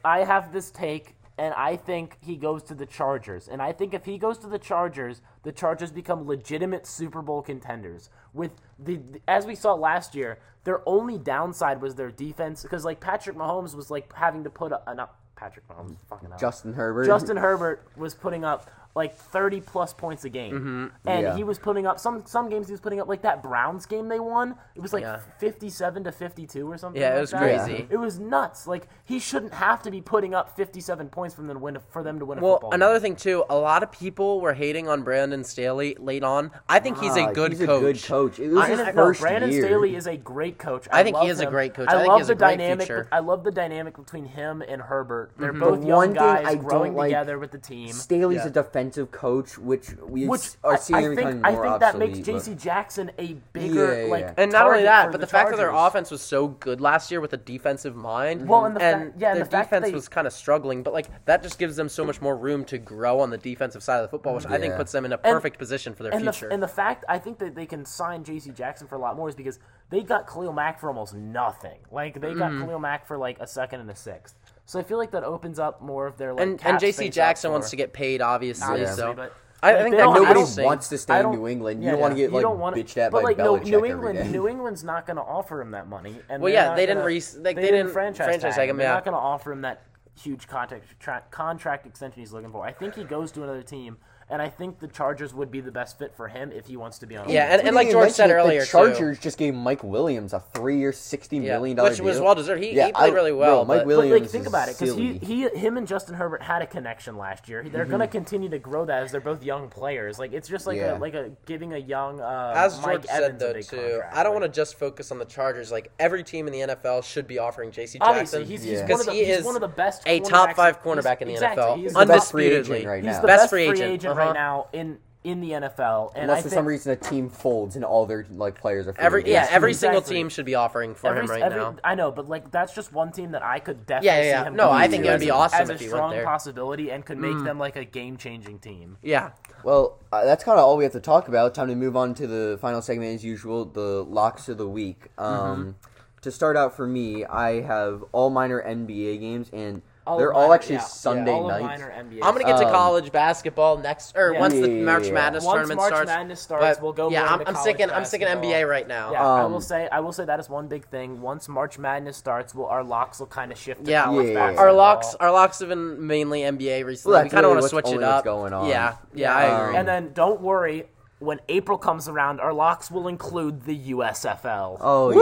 B: I have this take, and I think he goes to the Chargers. And I think if he goes to the Chargers, the Chargers become legitimate Super Bowl contenders. With the as we saw last year, their only downside was their defense because like Patrick Mahomes was like having to put a uh, not Patrick Mahomes fucking up.
C: Justin Herbert.
B: Justin Herbert was putting up like 30 plus points a game.
A: Mm-hmm.
B: And
C: Yeah.
B: he was putting up some some games he was putting up like that Browns game they won. It was like
A: Yeah.
B: 57 to 52 or something.
A: Yeah, it
B: like
A: was
B: that.
A: crazy.
B: It was nuts. Like he shouldn't have to be putting up 57 points from them to win for them to win a
A: Well,
B: football. game.
A: another thing too, a lot of people were hating on Brandon Staley late on. I think he's a
C: Ah,
A: good
C: he's
A: coach.
C: A good coach. It was
B: I-
C: his
B: I- no,
C: first
B: Brandon
C: year.
B: Staley is a great coach. I,
A: I think he
B: love
A: is a
B: him.
A: great coach. I
B: I,
A: think he
B: love
A: has
B: the
A: a great
B: dynamic.
A: future.
B: I love the dynamic between him and Herbert. They're
A: Mm-hmm.
B: both
C: The
B: young
C: one thing
B: guys
C: I don't
B: growing
C: like-
B: together with the team.
C: Staley's
A: Yeah.
C: a defensive coach, which we
B: Which
C: are
B: I,
C: seeing
B: I
C: becoming
B: think,
C: more
B: I think that
C: obsolete.
B: makes
C: but-
B: J.C. Jackson a bigger
C: Yeah, yeah,
B: like.
C: yeah.
A: And not only
B: target
A: that,
B: for
A: but the,
B: the,
A: fact that their
B: Chargers.
A: offense was so good last year with a defensive mind,
B: Well, and the fact-
A: and
B: yeah, and
A: their
B: the fact that
A: defense
B: they-
A: was kind of struggling, but like that just gives them so much more room to grow on the defensive side of the football, which I think
C: Yeah.
A: puts them in a perfect position for their
B: and
A: future.
B: the, and the fact I think that they can sign J.C. Jackson for a lot more is because they got Khalil Mack for almost nothing. Like they
A: Mm-hmm.
B: got Khalil Mack for like a second and a sixth. So I feel like that opens up more of their like.
A: and,
B: cap
A: J.C.
B: space up
A: Jackson
B: for-
A: wants to get paid, obviously.
B: obviously,
A: So
B: but
A: I, I
B: Like,
A: think
B: they
A: that
B: don't- I
A: nobody's
C: Nobody
B: don't
A: saying-
C: wants to
B: I
C: stay in
B: don't-
C: New England.
A: yeah,
C: you don't want to
A: yeah.
B: You
C: get like
B: don't want
C: bitched at
B: but
C: by
B: like no,
C: Belichick
B: New
C: every
B: England,
C: day.
B: New England's not going to offer him that money. And
A: Well,
B: they're
A: yeah,
B: not
A: they didn't
B: gonna-
A: re- they- they didn't
B: franchise,
A: franchise
B: tag
A: tag him,
B: They're
A: yeah.
B: not going to offer him that huge contract tra- contract extension he's looking for. I think he goes to another team, and I think the Chargers would be the best fit for him if he wants to be on. a
A: Yeah,
B: team.
A: and,
C: We
A: and like
C: didn't
A: George
C: even
A: said
C: mention it,
A: earlier,
C: the
A: too,
C: Chargers just gave Mike Williams a three-year, sixty
A: Yeah,
C: million dollar
A: which was
C: deal.
A: well deserved. He- he played really well,
C: Bro, Mike
A: but-
B: But
C: Williams,
B: like, think
C: is
B: about it, because he,
C: silly.
B: he, him, and Justin Herbert had a connection last year. They're going to continue to grow that as they're both young players. Like it's just like
C: Yeah.
B: a like a giving a young uh,
A: as
B: Mike
A: George
B: Evans
A: said though
B: a big
A: too,
B: contract.
A: I don't
B: Like,
A: want to just focus on the Chargers. Like every team in the NFL should be offering J.C. Jackson
B: Obviously, he's, he's, one,
C: Yeah.
B: of
A: because
B: the,
A: he
B: he's
A: is
B: one of the best
A: a top
B: cornerbacks-
A: five
B: he's-
A: cornerback in the
B: exactly,
A: NFL,
B: He's the
C: best free agent
A: undisputedly
C: right
B: He's
C: now.
B: the
A: Best
B: best
A: free
B: free
A: agent,
B: agent,
A: uh-huh.
B: right now in in the NFL, and I
C: Unless for
B: think
C: some reason a team folds and all their like players are free
A: Every yeah,
C: agents.
A: every
B: Exactly.
A: single team should be offering for
B: every,
A: him right
B: every-
A: now.
B: I know, but like that's just one team that I could definitely
A: Yeah, yeah, yeah.
B: see him
A: No,
B: going
A: I
B: to
A: think it would
B: as
A: be
B: a-
A: awesome
B: as
A: if
B: a
A: he went
B: strong
A: there. Mm.
B: possibility and could make them like a game changing team.
A: Yeah,
C: Well, uh, that's kind of all we have to talk about. Time to move on to the final segment as usual, the locks of the week.
A: Mm-hmm.
C: Um, To start out for me, I have all minor NBA games, and they're
B: of
C: all
B: mine-
C: actually
B: yeah,
C: Sunday
B: all of mine
C: nights.
B: are NBA.
A: I'm gonna get to
C: Um,
A: college basketball next, or
B: Yeah.
A: once the
C: Yeah, yeah,
A: March
C: yeah.
A: Madness
B: Once
A: tournament
B: March
A: starts.
B: Madness starts,
A: but,
B: we'll go
A: Yeah,
B: more
A: I'm,
B: into
A: I'm
B: college
A: sticking. I'm sticking
B: basketball.
A: NBA right now.
B: Yeah, I will
C: Um,
B: say I will say that is one big thing. Once March Madness starts, will our locks will kind of shift. To
A: Yeah,
B: college
C: Yeah.
B: basketball.
A: Our locks, our locks have been mainly NBA recently. we
C: Well, that's
A: kind of
C: really
A: want to
C: what's-
A: switch it
C: only
A: up.
C: what's going on. Um,
A: Yeah, yeah, I agree.
B: And then don't worry, when April comes around, our locks will include the USFL.
C: Oh,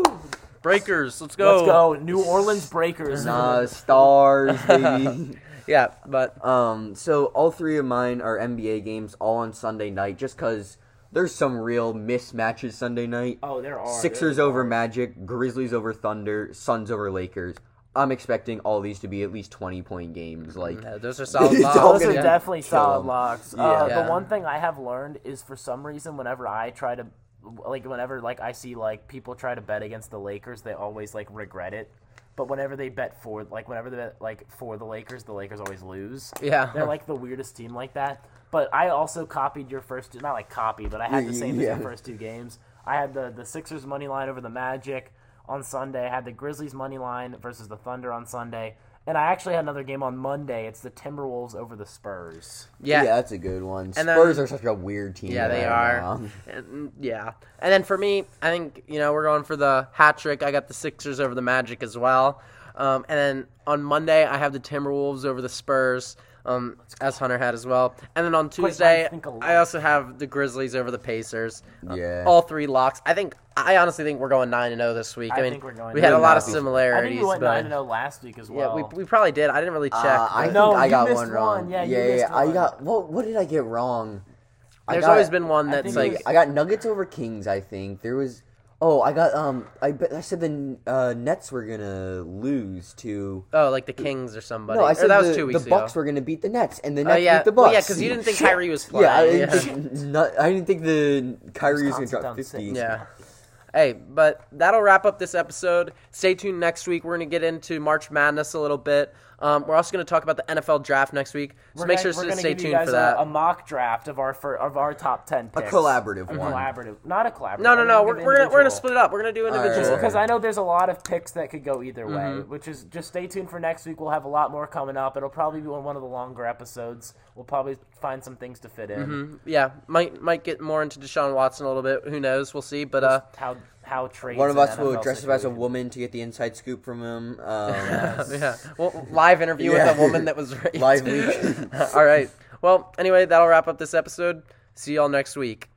A: Woo! Breakers, let's go.
B: Let's go, New Orleans Breakers.
C: yeah. Uh, stars, baby.
A: Yeah, but
C: Um, so all three of mine are NBA games, all on Sunday night, just because there's some real mismatches Sunday night.
B: Oh, there are.
C: Sixers over Magic, Grizzlies over Thunder, Suns over Lakers. I'm expecting all these to be at least 20 point games. Like,
A: yeah, uh, those are solid.
C: It's
A: locks.
C: all
B: Those
C: gonna
B: are
A: Yeah.
C: be-
B: definitely
C: Kill
B: solid
C: 'em.
B: locks.
C: Yeah.
B: Uh,
A: Yeah.
B: The one thing I have learned is for some reason, whenever I try to, like, whenever like I see like people try to bet against the Lakers, they always like regret it. But whenever they bet for, like, whenever they bet like for the Lakers, the Lakers always lose.
A: Yeah.
B: they're like the weirdest team like that. But I also copied your first, two, not like copy, but I had the same
C: Yeah.
B: as your first two games. I had the the Sixers money line over the Magic on Sunday. I had the Grizzlies money line versus the Thunder on Sunday. And I actually had another game on Monday. It's the Timberwolves over the Spurs.
A: yeah, yeah,
C: that's a good one.
A: And then-
C: Spurs are such a weird team.
A: they
C: right
A: are.
C: now.
A: And, yeah, and then for me, I think you know we're going for the hat trick. I got the Sixers over the Magic as well, um, and then on Monday I have the Timberwolves over the Spurs. Um, as Hunter had as well, and then on Tuesday
B: think alike.
A: I also have the Grizzlies over the Pacers. Um,
C: Yeah.
A: all three locks. I think I honestly think we're going nine and zero this week. I,
B: I
A: mean,
B: think we're going oh.
A: we had a
C: 9.
A: lot of
C: I think
B: I
C: we
A: similarities,
B: think we went
A: but
B: nine and zero last week as
A: yeah,
B: well.
A: we, we probably did. I didn't really check.
C: Uh, I
A: but-
C: think
B: No,
C: I
B: you
C: got
B: missed
C: one wrong.
B: one. Yeah, you
C: yeah,
B: missed
C: I
B: one.
C: got. What, what did I get wrong? I
A: There's
C: got-
A: always been one that's
B: think
A: like
B: it
C: I got Nuggets over Kings. I think there was. Oh, I got. Um, I bet I said the uh, Nets were gonna lose to.
A: Oh, like the Kings or somebody.
C: No, I
A: Or
C: said
A: that
C: the,
A: was two weeks
C: the Bucks
A: ago.
C: were gonna beat the Nets, and the
A: Oh
C: Nets
A: yeah,
C: beat the Bucks.
A: Well, yeah, because you didn't think Kyrie was flying.
C: Yeah, I
A: Yeah,
C: didn't, Think, not, I didn't think the Kyrie was gonna
B: Wisconsin
C: drop
B: down
C: fifty.
B: six.
A: Yeah. Hey, but that'll wrap up this episode. Stay tuned next week. We're gonna get into March Madness a little bit. Um, we're also gonna talk about the NFL draft next week. So
B: We're
A: make
B: gonna-
A: sure
B: we're
A: to
B: gonna
A: stay
B: give you
A: tuned
B: guys
A: for that.
B: A, a mock draft of our fir- of our top ten. Picks.
C: collaborative
B: A
C: one.
B: collaborative, not a collaborative.
A: no, no,
B: I'm
A: no.
B: give
A: We're, we're gonna we're gonna
B: individual.
A: split it up. We're gonna do individual.
C: Alright.
B: because I know there's a lot of picks that could go either way,
C: Mm-hmm.
B: which is just stay tuned for next week. We'll have a lot more coming up. It'll probably be one of the longer episodes. We'll probably find some things to fit in.
C: Mm-hmm.
A: Yeah, might might get more into Deshaun Watson a little bit. Who knows? We'll see. But uh,
B: How how trades.
C: One of
B: and
C: us will
B: NFL
C: dress up as a
B: situation.
C: woman to get the inside scoop from him. Um,
A: yeah, well, live interview
C: Yeah.
A: with a woman that was raped.
C: live leak.
A: All right. Well, anyway, that'll wrap up this episode. See y'all next week.